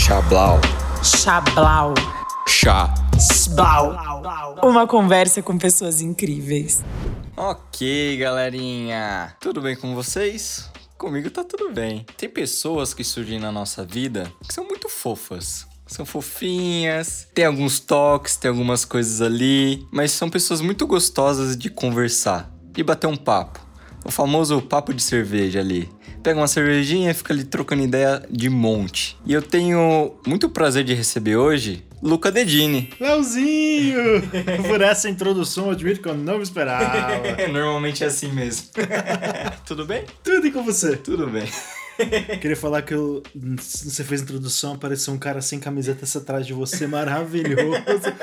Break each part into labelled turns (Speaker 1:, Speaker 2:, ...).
Speaker 1: Chablau.
Speaker 2: Chablau.
Speaker 1: Chá.
Speaker 2: Sblau. Uma conversa com pessoas incríveis.
Speaker 1: Ok, galerinha. Tudo bem com vocês? Comigo tá tudo bem. Tem pessoas que surgem na nossa vida que são muito fofas. São fofinhas, tem alguns toques, tem algumas coisas ali, mas são pessoas muito gostosas de conversar e bater um papo. O famoso papo de cerveja ali. Pega uma cervejinha e fica ali trocando ideia de monte. E eu tenho muito prazer de receber hoje Luca Dedini.
Speaker 3: Leozinho! Por essa introdução, eu admito que eu não me esperava.
Speaker 1: É, normalmente é assim mesmo. Tudo bem?
Speaker 3: Tudo e com você?
Speaker 1: Tudo bem.
Speaker 3: Queria falar que eu, você fez a introdução, apareceu um cara sem camiseta atrás de você, maravilhoso.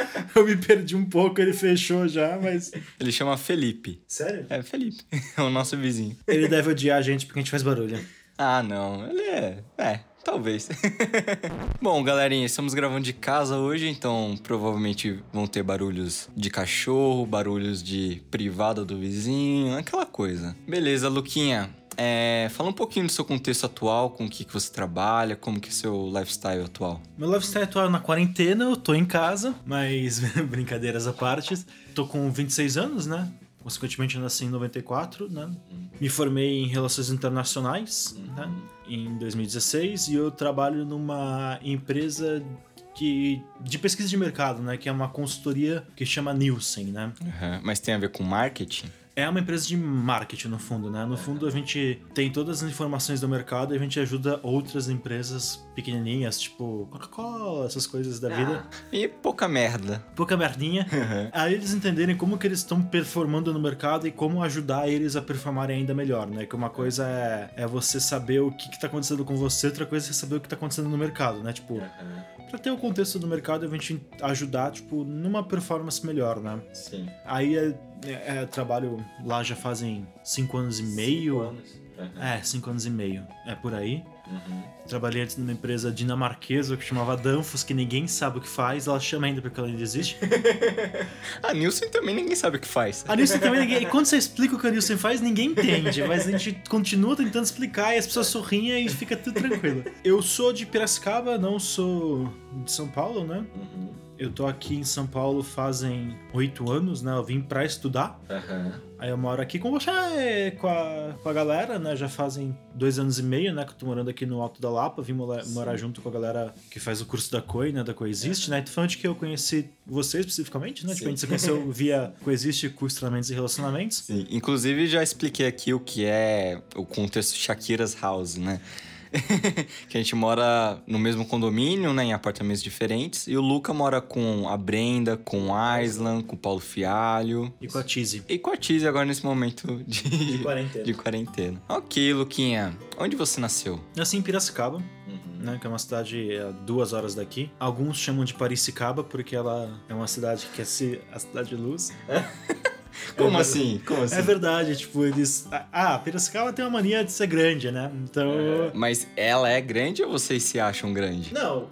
Speaker 3: Eu me perdi um pouco, ele fechou já, mas.
Speaker 1: Ele chama Felipe.
Speaker 3: Sério?
Speaker 1: É, Felipe. É o nosso vizinho.
Speaker 3: Ele deve odiar a gente porque a gente faz barulho.
Speaker 1: Ah, não. Ele é. É, talvez. Bom, galerinha, estamos gravando de casa hoje, então provavelmente vão ter barulhos de cachorro, barulhos de privada do vizinho, aquela coisa. Beleza, Luquinha. É, fala um pouquinho do seu contexto atual, com o que, que você trabalha, como que é seu lifestyle atual.
Speaker 3: Meu lifestyle atual é na quarentena, eu tô em casa, mas brincadeiras à parte. Tô com 26 anos, né? Consequentemente, eu nasci em 94, né? Me formei em Relações Internacionais, né? Em 2016, e eu trabalho numa empresa que, de pesquisa de mercado, né? Que é uma consultoria que chama Nielsen, né?
Speaker 1: Aham, Mas tem a ver com marketing?
Speaker 3: É uma empresa de marketing, no fundo, né? No fundo, a gente tem todas as informações do mercado e a gente ajuda outras empresas pequenininhas, tipo Coca-Cola, essas coisas da vida.
Speaker 1: E pouca merda.
Speaker 3: Pouca merdinha. Aí eles entenderem como que eles estão performando no mercado e como ajudar eles a performarem ainda melhor, né? Que uma coisa é, é você saber o que, que tá acontecendo com você, outra coisa é saber o que tá acontecendo no mercado, né? Tipo, pra ter o contexto do mercado, a gente ajudar, tipo, numa performance melhor, né?
Speaker 1: Sim.
Speaker 3: Aí é, é- é, trabalho lá já fazem cinco anos e meio. É, cinco anos e meio. É por aí. Trabalhei antes numa empresa dinamarquesa que chamava Danfoss, que ninguém sabe o que faz. Ela chama ainda porque ela ainda existe.
Speaker 1: A Ah, Nilson também ninguém sabe o que faz.
Speaker 3: A Nielsen também ninguém. e Quando você explica o que a Nielsen faz, ninguém entende. Mas a gente continua tentando explicar e as pessoas sorriem e fica tudo tranquilo. Eu sou de Piracicaba, não sou de São Paulo, né? Eu tô aqui em São Paulo fazem oito anos, né? Eu vim pra estudar. Aí eu moro aqui com você, com a, com a galera, né? Já fazem dois anos e meio, né? Que eu tô morando aqui no Alto da Lapa. Vim mola-
Speaker 1: Sim. É.
Speaker 3: morar junto com a galera que faz o curso da COI, né? Da Coexiste, né? E foi onde que eu conheci você especificamente, né? Tipo, a gente se conheceu via Coexiste, curso de treinamentos e relacionamentos.
Speaker 1: Sim, inclusive já expliquei aqui o que é o contexto Shakira's House, né? que a gente mora no mesmo condomínio, né, em apartamentos diferentes, e o Luca mora com a Brenda, com o Aislan, com o Paulo Fialho
Speaker 3: E com a Tizi.
Speaker 1: e com a Tizi agora nesse momento de,
Speaker 3: quarentena.
Speaker 1: de quarentena. Ok, Luquinha, onde você nasceu?
Speaker 3: Nasci em Piracicaba,
Speaker 1: Uhum.
Speaker 3: né? Que é uma cidade a duas horas daqui. Alguns chamam de Paricicaba porque ela é uma cidade que é se- a cidade de luz.
Speaker 1: Como assim? Como assim?
Speaker 3: É verdade, tipo, eles. Ah, Piracicaba tem uma mania de ser grande, né? Então.
Speaker 1: Mas ela é grande ou vocês se acham grande?
Speaker 3: Não.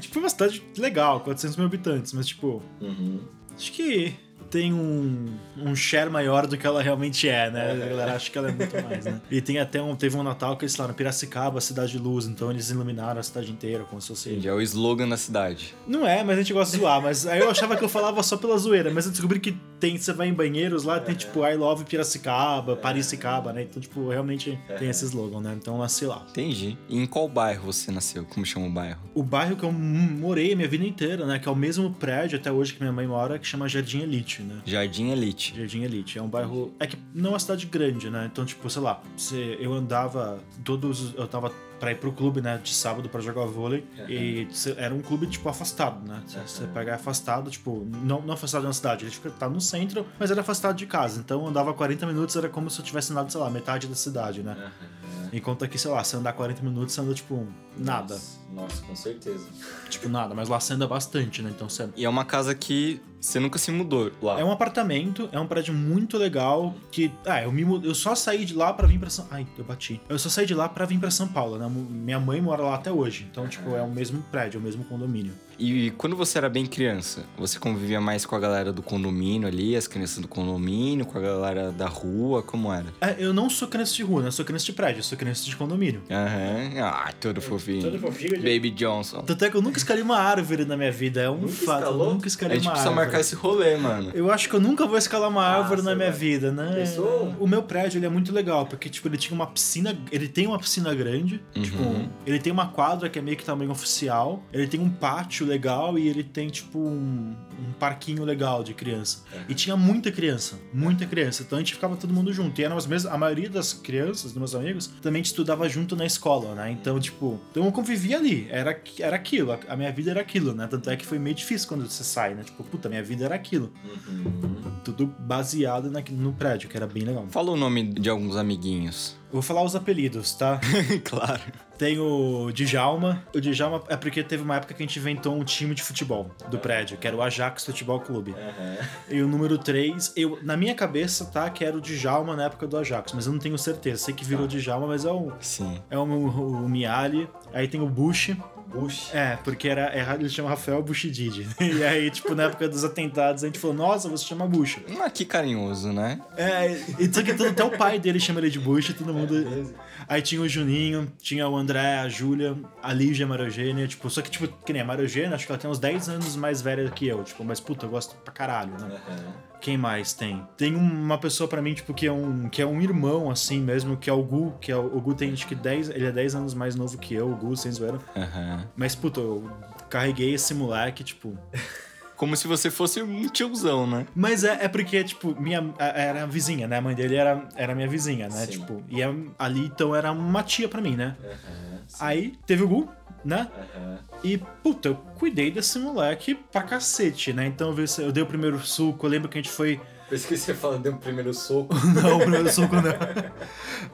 Speaker 3: tipo, é uma cidade legal, 400 mil habitantes, mas tipo,
Speaker 1: Uhum.
Speaker 3: acho que tem um, um share maior do que ela realmente é, né? A galera acha que ela é muito mais, né? E tem até um, teve um Natal que eles falaram Piracicaba, cidade de luz, então eles iluminaram a cidade inteira como se fosse...
Speaker 1: Entendi, é o slogan da cidade.
Speaker 3: Não é, mas a gente gosta de zoar, mas aí eu achava que eu falava só pela zoeira, mas eu descobri que tem, você vai em banheiros lá, tem tipo I love Piracicaba, Paricicaba, né? Então, tipo, realmente tem esse slogan, né? Então eu nasci lá.
Speaker 1: Entendi. E em qual bairro você nasceu? Como chama o bairro?
Speaker 3: o bairro que eu morei a minha vida inteira, né? Que é o mesmo prédio até hoje que minha mãe mora, que chama Jardim Elite, né?
Speaker 1: Jardim Elite.
Speaker 3: Jardim Elite. É um bairro. É que não é uma cidade grande, né? Então, tipo, sei lá, se eu andava todos. Eu tava pra ir pro clube, né? De sábado pra jogar vôlei. E se- era um clube, tipo, afastado, né? Se você pegar afastado, tipo, não, não afastado de uma cidade, ele fica, tá no centro, mas era afastado de casa. Então eu andava 40 minutos, era como se eu tivesse andado, sei lá, metade da cidade, né? Enquanto aqui, sei lá, se andar 40 minutos, você anda, tipo, nada.
Speaker 1: Nossa, com certeza.
Speaker 3: Tipo, nada, mas lá você anda bastante, né? Então você
Speaker 1: E é uma casa que você nunca se mudou lá.
Speaker 3: É um apartamento, é um prédio muito legal. Que, ah, eu, me, mu- eu só saí de lá pra vir pra São. Ai, eu bati. Eu só saí de lá pra vir pra São Paulo, né? Mu- Minha mãe mora lá até hoje. Então, tipo, é o mesmo prédio, é o mesmo condomínio.
Speaker 1: E quando você era bem criança, você convivia mais com a galera do condomínio ali, as crianças do condomínio, com a galera da rua, como era?
Speaker 3: É, eu não sou criança de rua, né? Eu sou criança de prédio, eu sou criança de condomínio.
Speaker 1: Aham. Ah, tudo fofinho.
Speaker 4: Todo fofinho. gente.
Speaker 1: Baby Johnson.
Speaker 3: Tanto é que eu nunca escalei uma árvore na minha vida. É um
Speaker 4: Nunca
Speaker 3: fato.
Speaker 4: escalou?
Speaker 3: Eu nunca
Speaker 1: A
Speaker 3: escalei
Speaker 1: gente
Speaker 3: uma
Speaker 1: precisa
Speaker 3: árvore.
Speaker 1: tipo, marcar esse rolê, mano.
Speaker 3: Eu acho que eu nunca vou escalar uma
Speaker 4: Ah,
Speaker 3: árvore
Speaker 4: você
Speaker 3: na minha
Speaker 4: vai.
Speaker 3: vida, né?
Speaker 4: Pensou?
Speaker 3: O meu prédio ele é muito legal, porque tipo, ele tinha uma piscina, ele tem uma piscina grande,
Speaker 1: Uhum.
Speaker 3: tipo, ele tem uma quadra que é meio que tamanho oficial, ele tem um pátio legal e ele tem tipo um, um parquinho legal de criança. E tinha muita criança, muita criança, então a gente ficava todo mundo junto. E eram as mesmas, a maioria das crianças, dos meus amigos, também estudava junto na escola, né? Então, tipo, então eu convivia ali, era, aqu- era aquilo, a- a minha vida era aquilo, né? Tanto é que foi meio difícil quando você sai, né? Tipo, puta, minha vida era aquilo tudo baseado naqui- no prédio, que era bem legal.
Speaker 1: Fala o nome de alguns amiguinhos.
Speaker 3: Eu Vou falar os apelidos, tá?
Speaker 1: claro.
Speaker 3: Tem o Djalma. O Djalma é porque teve uma época que a gente inventou um time de futebol do prédio, que era o Ajax Futebol Clube. E o número 3, eu, na minha cabeça, tá, que era o Djalma na época do Ajax, mas eu não tenho certeza. Sei que virou Djalma, mas é o,
Speaker 1: Sim.
Speaker 3: é o, o, o Miali. Aí tem o Bush.
Speaker 4: Bush.
Speaker 3: É, porque era, é, ele chama Rafael Bush Didi. E aí, tipo, na época dos atentados, a gente falou, nossa, você chama Bush.
Speaker 1: Ah, que carinhoso, né?
Speaker 3: É, e tanto que todo- até o pai dele chama ele de Bush, todo mundo.
Speaker 4: Beleza.
Speaker 3: Aí tinha o Juninho, tinha o André, a Júlia, a Lígia a Marogênia, tipo, só que, tipo, que nem a Marogênia, acho que ela tem uns 10 anos mais velha que eu, tipo, mas puta, eu gosto pra caralho, né?
Speaker 1: É.
Speaker 3: Quem mais tem? Tem um, uma pessoa pra mim, tipo, que é um, que é um irmão, assim mesmo, que é o Gu, que é o, o Gu tem, acho que 10, ele é 10 anos mais novo que eu, o Gu, sem zoeira.
Speaker 1: Aham.
Speaker 3: Mas, puta, eu carreguei esse moleque, tipo,
Speaker 1: Como se você fosse um tiozão, né?
Speaker 3: Mas é, é porque, tipo, minha a- era a vizinha, né? A mãe dele era, era minha vizinha, né?
Speaker 4: Sim.
Speaker 3: Tipo, e é- ali então era uma tia pra mim, né? Aí teve o Gu, né? E, puta, eu cuidei desse moleque pra cacete, né? Então eu, vi se- eu dei o primeiro suco, eu lembro que a gente foi.
Speaker 4: Por isso que você fala, deu o primeiro soco.
Speaker 3: Não, o primeiro suco não.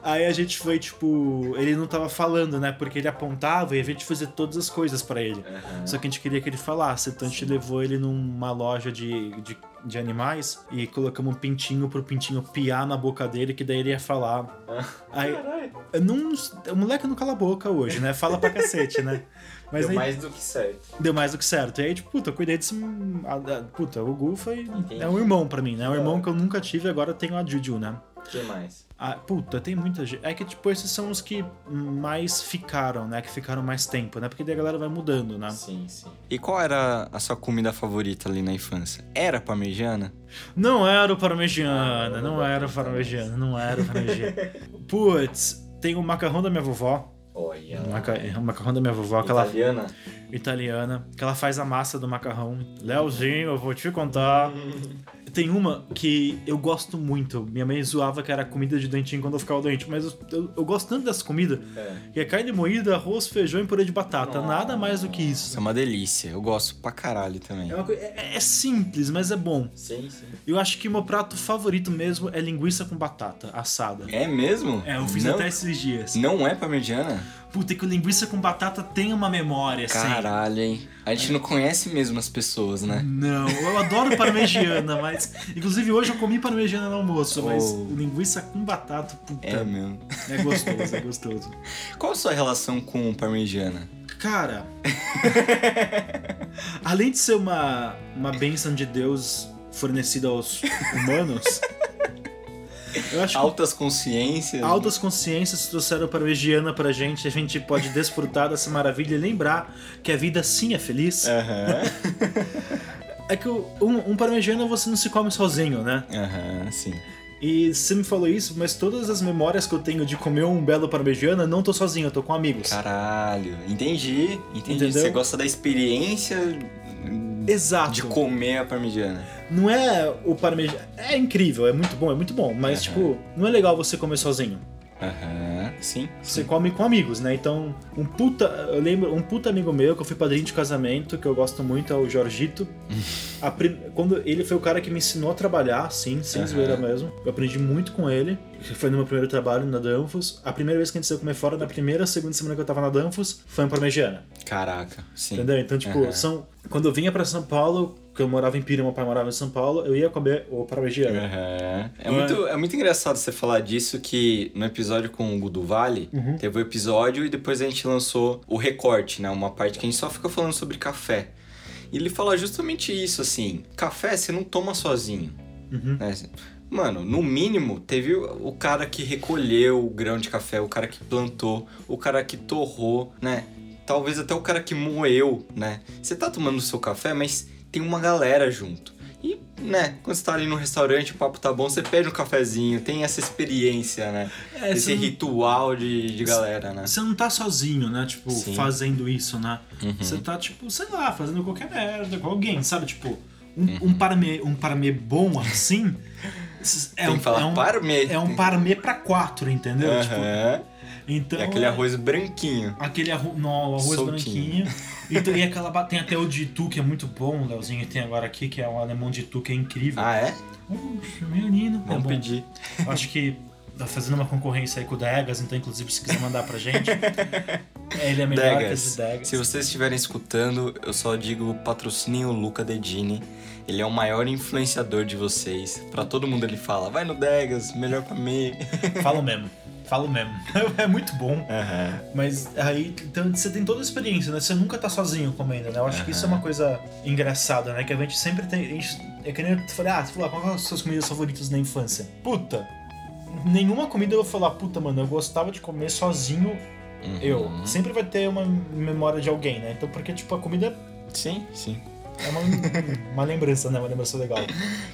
Speaker 3: Aí a gente foi, tipo, ele não tava falando, né? Porque ele apontava e a gente fazia todas as coisas pra ele. Só que a gente queria que ele falasse, então a gente levou ele numa loja de, de, de animais e colocamos um pintinho pro pintinho piar na boca dele, que daí ele ia falar.
Speaker 4: Ah.
Speaker 3: Aí,
Speaker 4: Caralho.
Speaker 3: eu não, o moleque não cala a boca hoje, né? Fala pra cacete, né? Mas
Speaker 4: Deu
Speaker 3: aí
Speaker 4: mais do que certo.
Speaker 3: deu mais do que certo. E aí, tipo, puta, eu cuidei desse. a- a- Puta, o Gu foi.
Speaker 4: Entendi.
Speaker 3: É um irmão pra mim, né? É um irmão que eu nunca tive, agora eu tenho a Juju, né?
Speaker 4: que mais?
Speaker 3: Ah, puta, tem muita gente. É que, tipo, esses são os que mais ficaram, né? Que ficaram mais tempo, né? Porque daí a galera vai mudando,
Speaker 1: Ah.
Speaker 3: né?
Speaker 4: Sim, sim.
Speaker 1: E qual era a sua comida favorita ali na infância? Era parmegiana?
Speaker 3: Não era o parmegiana, não era o parmegiana, não era o parmegiana. Putz, tem o macarrão da minha vovó.
Speaker 4: Olha.
Speaker 3: O maca- o macarrão da minha vovó, que ela
Speaker 4: Italiana?
Speaker 3: italiana, que ela faz a massa do macarrão. Leozinho, eu vou te contar. Tem uma que eu gosto muito. Minha mãe zoava que era comida de dentinho quando eu ficava doente, mas eu, eu- eu gosto tanto dessa comida
Speaker 4: É.
Speaker 3: que é carne moída, arroz, feijão e purê de batata. Nada mais do que
Speaker 1: Isso
Speaker 3: isso.
Speaker 1: é uma delícia. Eu gosto pra caralho também.
Speaker 3: É, uma coi- é- é simples, mas é bom.
Speaker 4: Sim, sim.
Speaker 3: Eu acho que meu prato favorito mesmo é linguiça com batata assada.
Speaker 1: É mesmo?
Speaker 3: É, eu fiz
Speaker 1: não,
Speaker 3: até esses dias.
Speaker 1: Não é parmegiana?
Speaker 3: Puta, que o linguiça com batata tem uma
Speaker 1: É,
Speaker 3: memória, assim.
Speaker 1: Caralho, hein? A gente não conhece mesmo as pessoas, né?
Speaker 3: Não, eu adoro parmegiana, mas. Inclusive hoje eu comi parmegiana no almoço, mas
Speaker 1: Oh.
Speaker 3: linguiça com batata, puta.
Speaker 1: É
Speaker 3: É,
Speaker 1: mesmo.
Speaker 3: gostoso, é gostoso.
Speaker 1: Qual a sua relação com parmegiana?
Speaker 3: Cara. além de ser uma, uma bênção de Deus fornecida aos humanos, eu acho que.
Speaker 1: Altas consciências?
Speaker 3: Altas consciências trouxeram parmegiana pra gente, a gente pode desfrutar dessa maravilha e lembrar que a vida sim é feliz. É,
Speaker 1: Aham,
Speaker 3: que o- um, um parmegiana você não se come sozinho, né?
Speaker 1: aham, sim.
Speaker 3: E você me falou isso, mas todas as memórias que eu tenho de comer um belo parmegiana, não tô sozinho, eu tô com amigos.
Speaker 1: Caralho, entendi, entendi.
Speaker 3: Entendeu?
Speaker 1: Você gosta da experiência
Speaker 3: Exato.
Speaker 1: de comer a parmegiana.
Speaker 3: Não é o parmegiana. É incrível, é muito bom, é muito bom, mas
Speaker 1: Aham.
Speaker 3: tipo, não é legal você comer sozinho.
Speaker 1: Aham, sim.
Speaker 3: Você come com amigos, né? Então, um puta. Eu lembro, um puta amigo meu que eu fui padrinho de casamento, que eu gosto muito, é o Jorgito. A prim- Quando ele foi o cara que me ensinou a trabalhar, sim, sem
Speaker 1: Aham.
Speaker 3: zoeira mesmo. Eu aprendi muito com ele. Foi no meu primeiro trabalho na Danfoss. A primeira vez que a gente saiu comer fora, na primeira, segunda semana que eu tava na Danfoss, foi em Parmegiana.
Speaker 1: Caraca, sim.
Speaker 3: Entendeu? Então, tipo,
Speaker 1: Aham.
Speaker 3: são. Quando eu vinha pra São Paulo, que eu morava em Pira, meu pai morava em São Paulo, eu ia comer o Parmegiana.
Speaker 1: Aham. É,
Speaker 3: Não é?
Speaker 1: muito, é muito engraçado você falar disso, que no episódio com o Gudu Vale,
Speaker 3: Uhum.
Speaker 1: teve o episódio e depois a gente lançou o recorte, né? Uma parte que a gente só fica falando sobre café. E ele fala justamente isso, assim, café você não toma sozinho,
Speaker 3: Uhum.
Speaker 1: né? Mano, no mínimo, teve o o cara que recolheu o grão de café, o cara que plantou, o cara que torrou, né? Talvez até o cara que moeu, né? Você tá tomando o seu café, mas tem uma galera junto. E, né, quando você tá ali no restaurante, o papo tá bom, você pede um cafezinho, tem essa experiência, né?
Speaker 3: É,
Speaker 1: Esse
Speaker 3: você não-
Speaker 1: ritual de, de galera, né?
Speaker 3: Você não tá sozinho, né? Tipo,
Speaker 1: Sim. Uhum.
Speaker 3: fazendo isso, né? Você tá, tipo, sei lá, fazendo qualquer merda com alguém, sabe? Tipo, um,
Speaker 1: Uhum.
Speaker 3: um, parmê, um parmê bom assim. É
Speaker 1: tem
Speaker 3: um,
Speaker 1: que falar
Speaker 3: é um,
Speaker 1: parmê.
Speaker 3: é um parmê pra quatro, entendeu?
Speaker 1: Aham.
Speaker 3: Tipo, então,
Speaker 1: E aquele arroz branquinho.
Speaker 3: Aquele arro- no, arroz
Speaker 1: Soltinho.
Speaker 3: branquinho. E tem e aquela ba- tem até o de tu, que é muito bom, Leozinho tem agora aqui, que é um alemão de tu, que é incrível.
Speaker 1: Ah, é?
Speaker 3: Puxa, menino. é
Speaker 1: Vamos
Speaker 3: bom.
Speaker 1: pedir.
Speaker 3: Acho que tá fazendo uma concorrência aí com o Degas, então, inclusive, se quiser mandar pra gente. Ele é melhor que
Speaker 1: Degas.
Speaker 3: o Degas.
Speaker 1: Se vocês estiverem escutando, eu só digo patrocinem o Luca Dedini. Ele é o maior influenciador de vocês. Pra todo mundo ele fala, vai no Degas, melhor pra mim.
Speaker 3: Falo mesmo. Falo mesmo. É muito bom. Mas aí então, você tem toda a experiência, né? Você nunca tá sozinho comendo, né? Eu acho que isso é uma coisa engraçada, né? Que a gente sempre tem. A gente, é que nem eu falei, ah, você falou, ah, qual são as suas comidas favoritas na infância? Puta! Nenhuma comida eu vou falar, puta, mano, eu gostava de comer sozinho,
Speaker 1: Uhum.
Speaker 3: eu. Sempre vai ter uma memória de alguém, né? Então, porque, tipo, a comida
Speaker 1: Sim, sim.
Speaker 3: é uma, uma lembrança, né? Uma lembrança legal.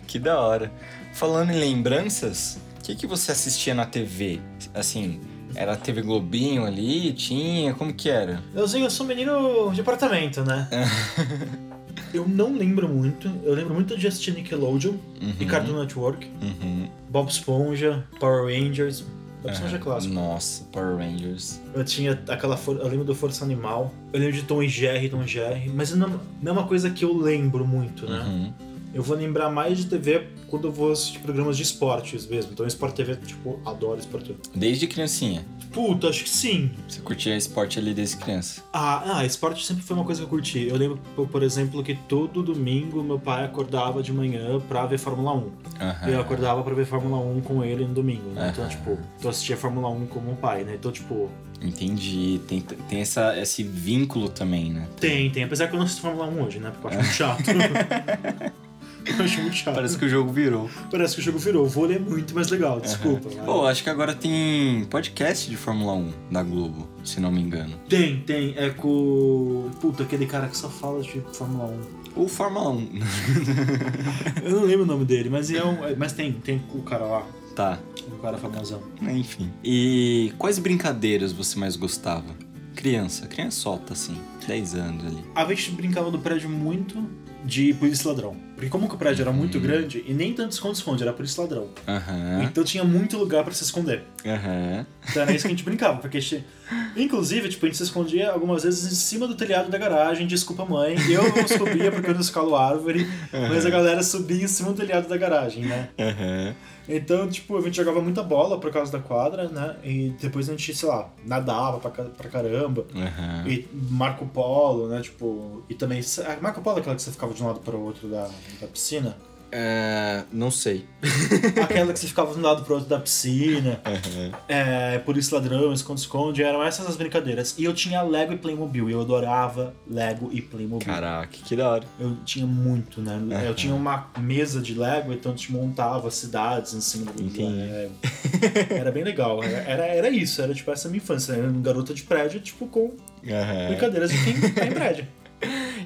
Speaker 1: Que da hora. Falando em lembranças, o que, que você assistia na TV? Assim, era a TV Globinho ali? Tinha? Como que era?
Speaker 3: Leozinho, eu sou um menino de apartamento, né? eu não lembro muito. Eu lembro muito de assistir Nickelodeon e Cartoon Network,
Speaker 1: Uhum.
Speaker 3: Bob Esponja, Power Rangers. Bob Esponja é
Speaker 1: Aham.
Speaker 3: clássico.
Speaker 1: Nossa, Power Rangers.
Speaker 3: Eu tinha aquela. For... Eu lembro do Força Animal. Eu lembro de Tom e Jerry, Tom e Jerry. Mas não, não é uma coisa que eu lembro muito, né?
Speaker 1: Uhum.
Speaker 3: Eu vou lembrar mais de TV quando eu vou assistir programas de esportes mesmo. Então, Sport TV, tipo, adoro Sport TV.
Speaker 1: Desde criancinha.
Speaker 3: Puta, acho que sim.
Speaker 1: Você curtia esporte ali desde criança?
Speaker 3: Ah, ah, esporte sempre foi uma coisa que eu curti. Eu lembro, por- por exemplo, que todo domingo meu pai acordava de manhã pra ver Fórmula 1.
Speaker 1: Aham.
Speaker 3: E eu acordava pra ver Fórmula 1 com ele no domingo, né? Então,
Speaker 1: Aham.
Speaker 3: tipo, eu assistia Fórmula 1 como um pai, né? Então, tipo,
Speaker 1: Entendi. Tem, tem essa, esse vínculo também, né?
Speaker 3: tem, tem. Apesar que eu não assisto Fórmula 1 hoje, né? Porque eu acho muito chato. eu acho muito chato.
Speaker 1: Parece
Speaker 3: Parece...
Speaker 1: que o jogo virou.
Speaker 3: que o jogo virou. O vôlei é muito mais legal, desculpa. mas-
Speaker 1: Pô, acho que agora tem podcast de Fórmula 1 da Globo, se não me engano.
Speaker 3: Tem, tem. É com. Puta, aquele cara que só fala de Fórmula 1.
Speaker 1: Ou Fórmula 1.
Speaker 3: Eu não lembro o nome dele, mas, é um... mas tem, tem o cara lá.
Speaker 1: tá, né,
Speaker 3: O cara famosão.
Speaker 1: enfim. E quais brincadeiras você mais gostava? Criança, criança solta assim, 10 anos ali.
Speaker 3: A gente brincava do prédio muito de polícia e ladrão. Porque como que o prédio era muito grande, e nem tanto esconde-esconde, era polícia e ladrão.
Speaker 1: Aham,
Speaker 3: Então tinha muito lugar pra se esconder.
Speaker 1: aham.
Speaker 3: Então era isso que a gente brincava, porque a gente... Inclusive, tipo, a gente se escondia algumas vezes em cima do telhado da garagem, desculpa mãe, eu não subia porque eu não escalo árvore, mas a galera subia em cima do telhado da garagem, né?
Speaker 1: Aham.
Speaker 3: Então, tipo, a gente jogava muita bola por causa da quadra, né? E depois a gente, sei lá, nadava pra, ca- pra caramba.
Speaker 1: Aham.
Speaker 3: E Marco Polo, né? Tipo, e também. a Marco Polo é aquela que você ficava de um lado para o outro da, da piscina?
Speaker 1: É, Não sei.
Speaker 3: Aquela que você ficava de um lado para o outro da piscina,
Speaker 1: Aham.
Speaker 3: é, por isso ladrão, esconde-esconde, eram essas as brincadeiras. E eu tinha Lego e Playmobil, e eu adorava Lego e Playmobil.
Speaker 1: Caraca, que da hora.
Speaker 3: Eu tinha muito, né?
Speaker 1: Aham.
Speaker 3: Eu tinha uma mesa de Lego, então a gente montava cidades em cima do
Speaker 1: Entendi.
Speaker 3: Lego. Era bem legal, era, era, era isso, era tipo essa minha infância, era um garota de prédio, tipo, com
Speaker 1: Aham.
Speaker 3: brincadeiras de quem tá em prédio.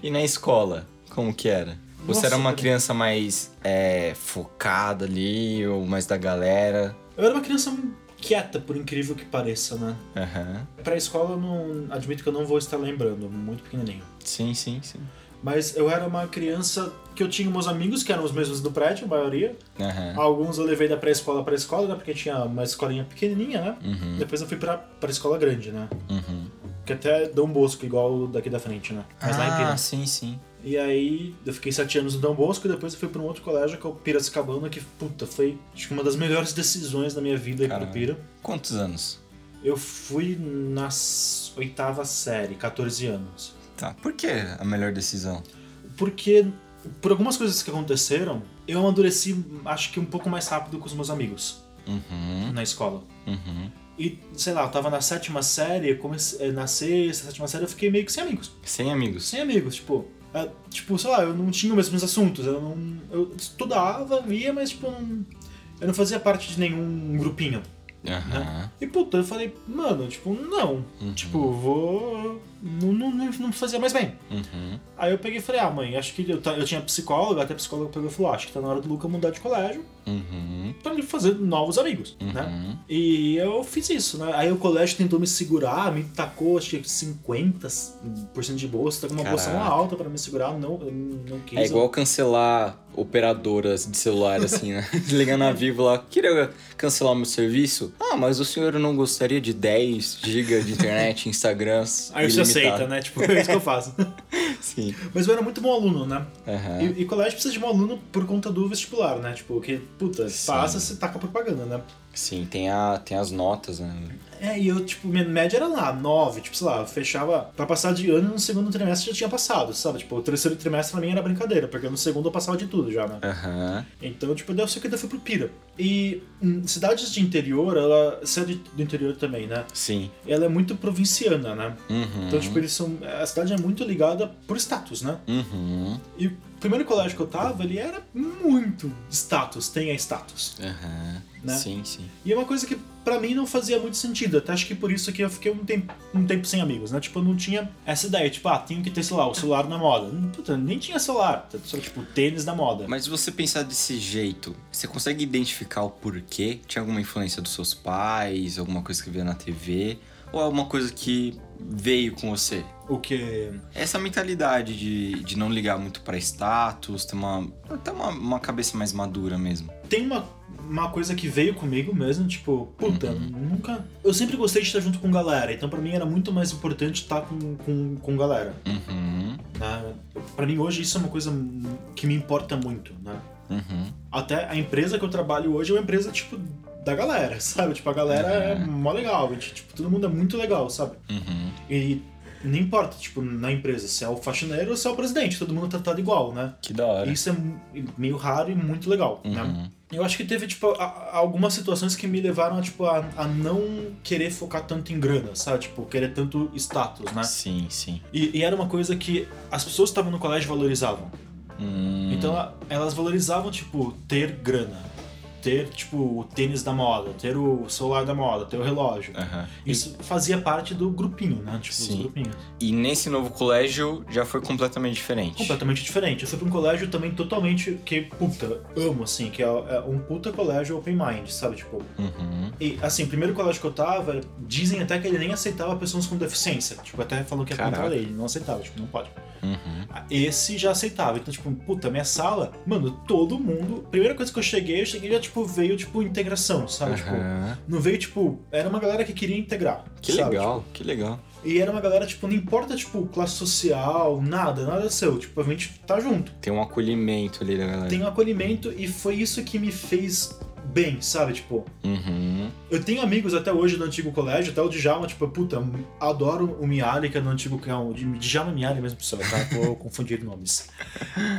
Speaker 1: E na escola, como que era? Você
Speaker 3: Nossa,
Speaker 1: era uma
Speaker 3: cara.
Speaker 1: criança mais é, focada ali, ou mais da galera?
Speaker 3: Eu era uma criança quieta, por incrível que pareça, né?
Speaker 1: Aham.
Speaker 3: Pra escola eu não. admito que eu não vou estar lembrando, muito pequenininho.
Speaker 1: Sim, sim, sim.
Speaker 3: Mas eu era uma criança que eu tinha meus amigos, que eram os mesmos do prédio, a maioria.
Speaker 1: Aham.
Speaker 3: Alguns eu levei da pré-escola pra escola, né? Porque tinha uma escolinha pequenininha, né?
Speaker 1: Uhum,
Speaker 3: Depois eu fui pra, pra escola grande, né?
Speaker 1: uhum.
Speaker 3: Que até é Dom Bosco, igual o daqui da frente, né? Mas lá em
Speaker 1: ah,
Speaker 3: Pina.
Speaker 1: sim, sim.
Speaker 3: E aí eu fiquei sete anos no Dom Bosco e depois eu fui pra um outro colégio que é o Piracicabana, que, puta, foi acho que uma das melhores decisões da minha vida ir pro
Speaker 1: Caralho.
Speaker 3: Pira.
Speaker 1: Quantos anos?
Speaker 3: Eu fui na s- oitava série, 14 anos.
Speaker 1: Tá. Por que a melhor decisão?
Speaker 3: Porque, por algumas coisas que aconteceram, eu amadureci, acho que um pouco mais rápido com os meus amigos
Speaker 1: Uhum,
Speaker 3: na escola.
Speaker 1: uhum.
Speaker 3: E, sei lá, eu tava na sétima série, eu comecei, eh, na sexta, sétima série, eu fiquei meio que sem amigos.
Speaker 1: Sem amigos.
Speaker 3: sem amigos, tipo. é, tipo, sei lá, eu não tinha os mesmos assuntos, eu não. Eu estudava, ia, mas tipo, não, eu não fazia parte de nenhum grupinho.
Speaker 1: Aham.
Speaker 3: E puta, eu falei, mano, tipo, não.
Speaker 1: Uhum.
Speaker 3: Tipo, vou. Não, não, não, não fazia mais bem.
Speaker 1: Uhum.
Speaker 3: Aí eu peguei e falei, ah, mãe, acho que eu, ta- eu tinha psicóloga, até a psicóloga pegou e falou, "Ó, acho que tá na hora do Luca mudar de colégio
Speaker 1: Uhum.
Speaker 3: pra ele fazer novos amigos, né?
Speaker 1: Uhum.
Speaker 3: E eu fiz isso, né? Aí o colégio tentou me segurar, me tacou, acho que 50% de bolsa, tá com uma bolsa
Speaker 1: Caraca.
Speaker 3: alta pra me segurar, não, não quis.
Speaker 1: É igual cancelar operadoras de celular, assim, né? Ligar
Speaker 3: É.
Speaker 1: na Vivo lá, queria cancelar meu serviço? Ah, mas o senhor não gostaria de 10 GB de internet, Instagram?
Speaker 3: Aí você aceita,
Speaker 1: ilimitado?
Speaker 3: né? Tipo, é isso que eu faço.
Speaker 1: Sim.
Speaker 3: Mas eu era muito bom aluno, né?
Speaker 1: Aham.
Speaker 3: E, e colégio precisa de bom aluno por conta do vestibular, né? Tipo, que, puta, passa, você taca propaganda, né?
Speaker 1: Sim, tem, a, tem as notas, né?
Speaker 3: É, e eu, tipo, minha média era lá, 9, tipo, sei lá, eu fechava. Pra passar de ano, no segundo trimestre já tinha passado, sabe? Tipo, o terceiro trimestre pra mim era brincadeira, porque no segundo eu passava de tudo já, né?
Speaker 1: Aham.
Speaker 3: Então, tipo, deu sei que eu fui pro Pira. E hum, cidades de interior, ela. Cidade do interior também, né?
Speaker 1: Sim.
Speaker 3: Ela é muito provinciana, né?
Speaker 1: Uhum.
Speaker 3: Então, tipo, eles são. A cidade é muito ligada por status, né?
Speaker 1: Uhum.
Speaker 3: E o primeiro colégio que eu tava, ele era muito status, tenha status.
Speaker 1: Aham.
Speaker 3: Né?
Speaker 1: Sim, sim.
Speaker 3: E é uma coisa que pra mim não fazia muito sentido. Até acho que por isso que eu fiquei um tempo, um tempo sem amigos, né? Tipo, eu não tinha essa ideia, tipo, ah, tenho que ter, sei lá, o celular na moda. Puta, nem tinha celular, só tipo tênis na moda.
Speaker 1: Mas se você pensar desse jeito, você consegue identificar o porquê? Tinha alguma influência dos seus pais, alguma coisa que via na TV? Ou alguma coisa que veio com você?
Speaker 3: O que
Speaker 1: Essa mentalidade de, de não ligar muito pra status, ter uma, até uma, uma cabeça mais madura mesmo.
Speaker 3: tem uma, uma coisa que veio comigo mesmo, tipo, puta, nunca. Eu sempre gostei de estar junto com galera, então pra mim era muito mais importante estar com, com, com galera.
Speaker 1: Uhum,
Speaker 3: Né? Pra mim hoje isso é uma coisa que me importa muito, né?
Speaker 1: uhum,
Speaker 3: Até a empresa que eu trabalho hoje é uma empresa, tipo, da galera, sabe? Tipo, a galera é mó legal, a gente, tipo, todo mundo é muito legal, sabe?
Speaker 1: uhum.
Speaker 3: E não importa, tipo, na empresa, se é o faxineiro ou se é o presidente, todo mundo é tratado igual, né?
Speaker 1: Que da hora.
Speaker 3: Isso é mu- meio raro e muito legal, né?
Speaker 1: Uhum,
Speaker 3: Eu acho que teve, tipo, a- a- algumas situações que me levaram a, tipo, a, a não querer focar tanto em grana, sabe? Tipo, querer tanto status, né?
Speaker 1: Sim, sim.
Speaker 3: E, e era uma coisa que as pessoas que estavam no colégio valorizavam.
Speaker 1: Hum,
Speaker 3: Então a- elas valorizavam, tipo, ter grana. Ter, tipo, o tênis da moda, ter o celular da moda, ter o relógio.
Speaker 1: aham.
Speaker 3: Isso fazia parte do grupinho, né? Tipo,
Speaker 1: É, Sim.
Speaker 3: dos grupinhos.
Speaker 1: E, e nesse novo colégio já foi completamente diferente.
Speaker 3: Completamente diferente. Eu fui pra um colégio também totalmente que, puta, amo, assim, que é, é um puta colégio open mind, sabe? Tipo,
Speaker 1: Uhum,
Speaker 3: E, assim, o primeiro colégio que eu tava, dizem até que ele nem aceitava pessoas com deficiência. Tipo, até falou que é contra a
Speaker 1: Caraca.
Speaker 3: lei, ele não aceitava, tipo, não pode.
Speaker 1: uhum.
Speaker 3: Esse já aceitava. Então, tipo, puta, minha sala, mano, todo mundo. Primeira coisa que eu cheguei, eu cheguei já, tipo, veio, tipo, integração, sabe? Tipo,
Speaker 1: Aham.
Speaker 3: não veio, tipo, era uma galera que queria integrar.
Speaker 1: Que
Speaker 3: sabe?
Speaker 1: legal, que legal.
Speaker 3: Tipo, e era uma galera, tipo, não importa, tipo, classe social, nada, nada seu. Tipo, a gente tá junto.
Speaker 1: Tem um acolhimento ali da galera.
Speaker 3: Tem um acolhimento e foi isso que me fez bem, sabe? Tipo,
Speaker 1: Uhum,
Speaker 3: Eu tenho amigos até hoje do antigo colégio, até o Djalma, tipo, puta, adoro o Miali, que é do antigo, que é um Djalma Miali é a mesma pessoa, tá? Vou confundir nomes.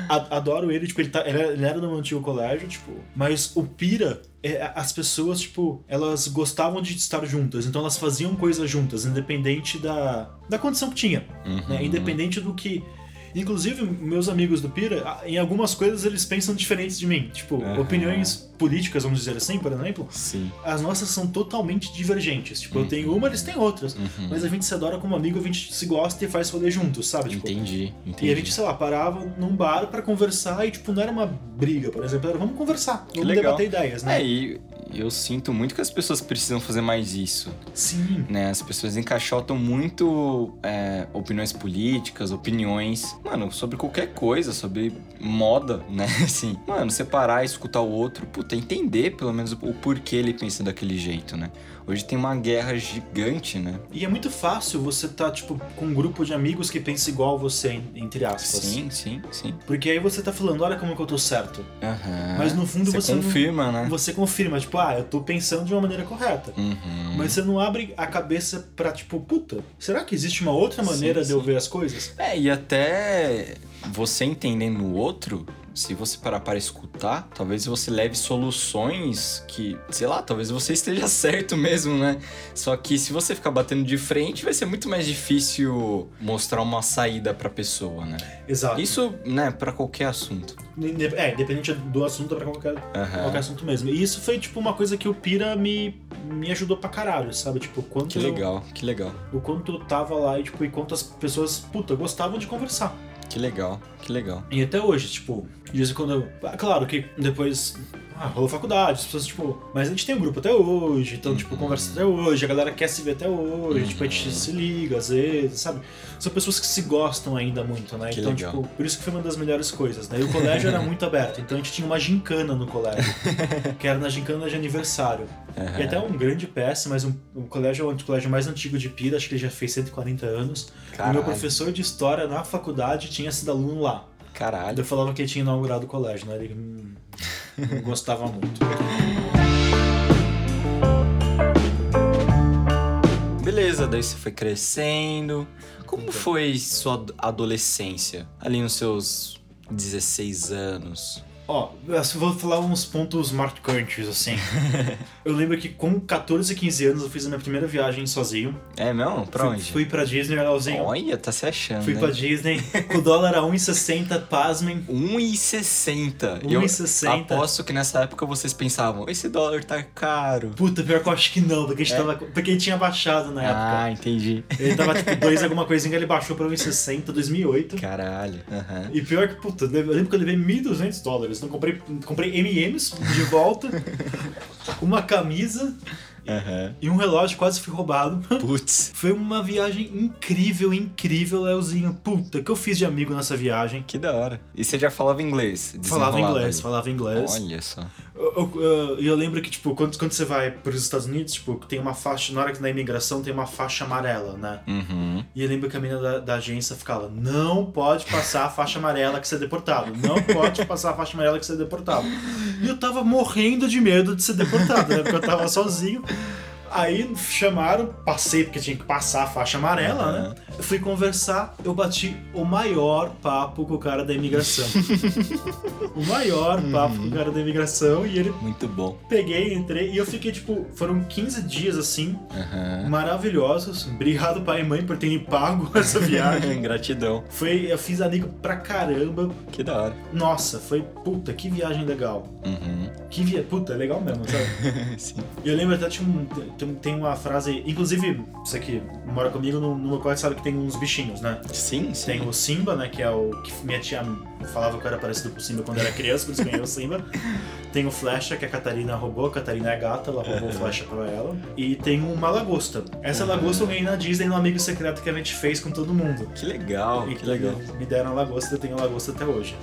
Speaker 3: A- adoro ele, tipo, ele, tá, ele, era- ele era do meu antigo colégio, tipo, mas o Pira, é, as pessoas, tipo, elas gostavam de estar juntas, então elas faziam coisas juntas, independente da, da condição que tinha,
Speaker 1: uhum.
Speaker 3: né? Independente do que... Inclusive, meus amigos do Pira, a- em algumas coisas eles pensam diferentes de mim. Tipo,
Speaker 1: Aham.
Speaker 3: opiniões políticas, vamos dizer assim, por exemplo,
Speaker 1: Sim.
Speaker 3: as nossas são totalmente divergentes. Tipo,
Speaker 1: Uhum.
Speaker 3: eu tenho uma, eles têm outras.
Speaker 1: Uhum.
Speaker 3: Mas a gente se adora como amigo, a gente se gosta e faz rolê juntos, sabe? Tipo,
Speaker 1: Entendi, entendi.
Speaker 3: E a gente, sei lá, parava num bar pra conversar e, tipo, não era uma briga, por exemplo. Era, vamos conversar, vamos
Speaker 1: legal.
Speaker 3: debater ideias, né?
Speaker 1: É, e eu sinto muito que as pessoas precisam fazer mais isso.
Speaker 3: Sim.
Speaker 1: né? As pessoas encaixotam muito é, opiniões políticas, opiniões mano, sobre qualquer coisa, sobre moda, né? Assim, mano, separar, escutar o outro, puta, entender pelo menos o porquê ele pensa daquele jeito, né? Hoje tem uma guerra gigante, né?
Speaker 3: E é muito fácil você tá, tipo, com um grupo de amigos que pensa igual você, en- entre aspas.
Speaker 1: Sim, sim, sim.
Speaker 3: Porque aí você tá falando, olha como que eu tô certo.
Speaker 1: Aham.
Speaker 3: Mas no fundo você não-
Speaker 1: Ah, confirma, né?
Speaker 3: Você confirma, tipo, ah, eu tô pensando de uma maneira correta.
Speaker 1: Uhum.
Speaker 3: Mas você não abre a cabeça pra, tipo, puta, será que existe uma outra
Speaker 1: Sim,
Speaker 3: maneira de eu
Speaker 1: sim.
Speaker 3: ver as coisas?
Speaker 1: É, e até você entendendo o outro, se você parar para escutar, talvez você leve soluções que, sei lá, talvez você esteja certo mesmo, né? Só que se você ficar batendo de frente, vai ser muito mais difícil mostrar uma saída pra pessoa, né?
Speaker 3: Exato.
Speaker 1: Isso, né, pra qualquer assunto.
Speaker 3: Inde- É, independente do assunto, é pra qualquer, qualquer
Speaker 1: Aham.
Speaker 3: assunto mesmo. E isso foi, tipo, uma coisa que o Pira me, me ajudou pra caralho, sabe? Tipo, quanto
Speaker 1: Que legal, que legal,
Speaker 3: Eu, o quanto eu tava lá e, tipo, e quanto as pessoas, puta, gostavam de conversar.
Speaker 1: que legal, que legal.
Speaker 3: E até hoje, tipo, de vez em quando eu... Ah, claro que depois... Ah, rolou faculdade, as pessoas, tipo... Mas a gente tem um grupo até hoje, então,
Speaker 1: Uhum.
Speaker 3: tipo, conversa até hoje, a galera quer se ver até hoje, tipo, a gente se liga às vezes, sabe? São pessoas que se gostam ainda muito, né?
Speaker 1: Que
Speaker 3: então,
Speaker 1: legal.
Speaker 3: tipo, por isso que foi uma das melhores coisas, né? E o colégio era muito aberto, então a gente tinha uma gincana no colégio, que era na gincana de aniversário. E até um grande PS, mas um, um colégio, um colégio mais antigo de Pira, acho que ele já fez 140 anos. O
Speaker 1: Caralho,
Speaker 3: meu professor de história na faculdade tinha sido aluno lá.
Speaker 1: caralho.
Speaker 3: Eu falava que ele tinha inaugurado o colégio, né? Ele hum, não gostava muito.
Speaker 1: Beleza, daí você foi crescendo. Como foi sua ad- adolescência? Ali nos seus 16 anos.
Speaker 3: Ó, eu só vou falar uns pontos marcantes, assim. Eu lembro que com 14, 15 anos eu fiz a minha primeira viagem sozinho.
Speaker 1: É mesmo? Pra
Speaker 3: fui,
Speaker 1: onde?
Speaker 3: Fui pra Disney, legalzinho.
Speaker 1: Olha, tá se achando.
Speaker 3: fui
Speaker 1: né?
Speaker 3: pra Disney. O dólar a 1,60, pasmem.
Speaker 1: 1,60. Eu
Speaker 3: 1,60.
Speaker 1: aposto que nessa época vocês pensavam, esse dólar tá caro.
Speaker 3: Puta, pior que eu acho que não, porque, a gente
Speaker 1: É?
Speaker 3: tava, porque ele tinha baixado na época.
Speaker 1: Ah, entendi.
Speaker 3: Ele tava tipo 2 alguma coisinha, ele baixou pra 1,60, 2008.
Speaker 1: Caralho. Aham.
Speaker 3: E pior que, puta, eu lembro que eu levei 1.200 dólares. Não comprei, comprei MMs de volta, uma camisa
Speaker 1: Aham.
Speaker 3: e um relógio quase fui roubado.
Speaker 1: Putz.
Speaker 3: Foi uma viagem incrível, incrível, Leozinho. Puta, que eu fiz de amigo nessa viagem.
Speaker 1: Que da hora. E você já falava inglês?
Speaker 3: Falava
Speaker 1: desenrolado
Speaker 3: inglês,
Speaker 1: ali.
Speaker 3: falava inglês.
Speaker 1: Olha só.
Speaker 3: Eu- eu- eu- E eu, lembro que, tipo, quando, quando você vai pros Estados Unidos, tipo, tem uma faixa, na hora que na imigração tem uma faixa amarela, né?
Speaker 1: Uhum.
Speaker 3: E eu lembro que a menina da, da agência ficava: não pode passar a faixa amarela que você é deportado. Não pode passar a faixa amarela que você é deportado. E eu tava morrendo de medo de ser deportado, né? Porque eu tava sozinho. Aí chamaram, passei, porque tinha que passar a faixa amarela, né? Eu fui conversar, eu bati o maior papo com o cara da imigração. o maior papo com o cara da imigração. E ele
Speaker 1: Muito bom.
Speaker 3: peguei, entrei. E eu fiquei, tipo, foram 15 dias assim,
Speaker 1: Aham.
Speaker 3: maravilhosos. Obrigado, pai e mãe, por terem pago essa viagem.
Speaker 1: Gratidão.
Speaker 3: Foi, eu fiz amigo pra caramba.
Speaker 1: Que da hora.
Speaker 3: Nossa, foi puta, que viagem legal.
Speaker 1: Uhum.
Speaker 3: Que via... Puta, é legal mesmo, sabe?
Speaker 1: Sim.
Speaker 3: E eu lembro até tinha um, tem, tem uma frase, inclusive, você que mora comigo no, no meu quarto sabe que tem uns bichinhos, né?
Speaker 1: Sim, sim.
Speaker 3: Tem o Simba, né? Que é o que minha tia falava que eu era parecido com o Simba quando eu era criança, por isso que eu ganhei o Simba. Tem o Flecha, que a Catarina roubou, a Catarina é gata, ela roubou o Flecha pra ela. E tem uma lagosta.
Speaker 1: Uhum.
Speaker 3: Essa lagosta eu ganhei na Disney no amigo secreto que a gente fez com todo mundo.
Speaker 1: Que legal,
Speaker 3: E
Speaker 1: Oh, que legal.
Speaker 3: Me deram a lagosta, eu tenho a lagosta até hoje.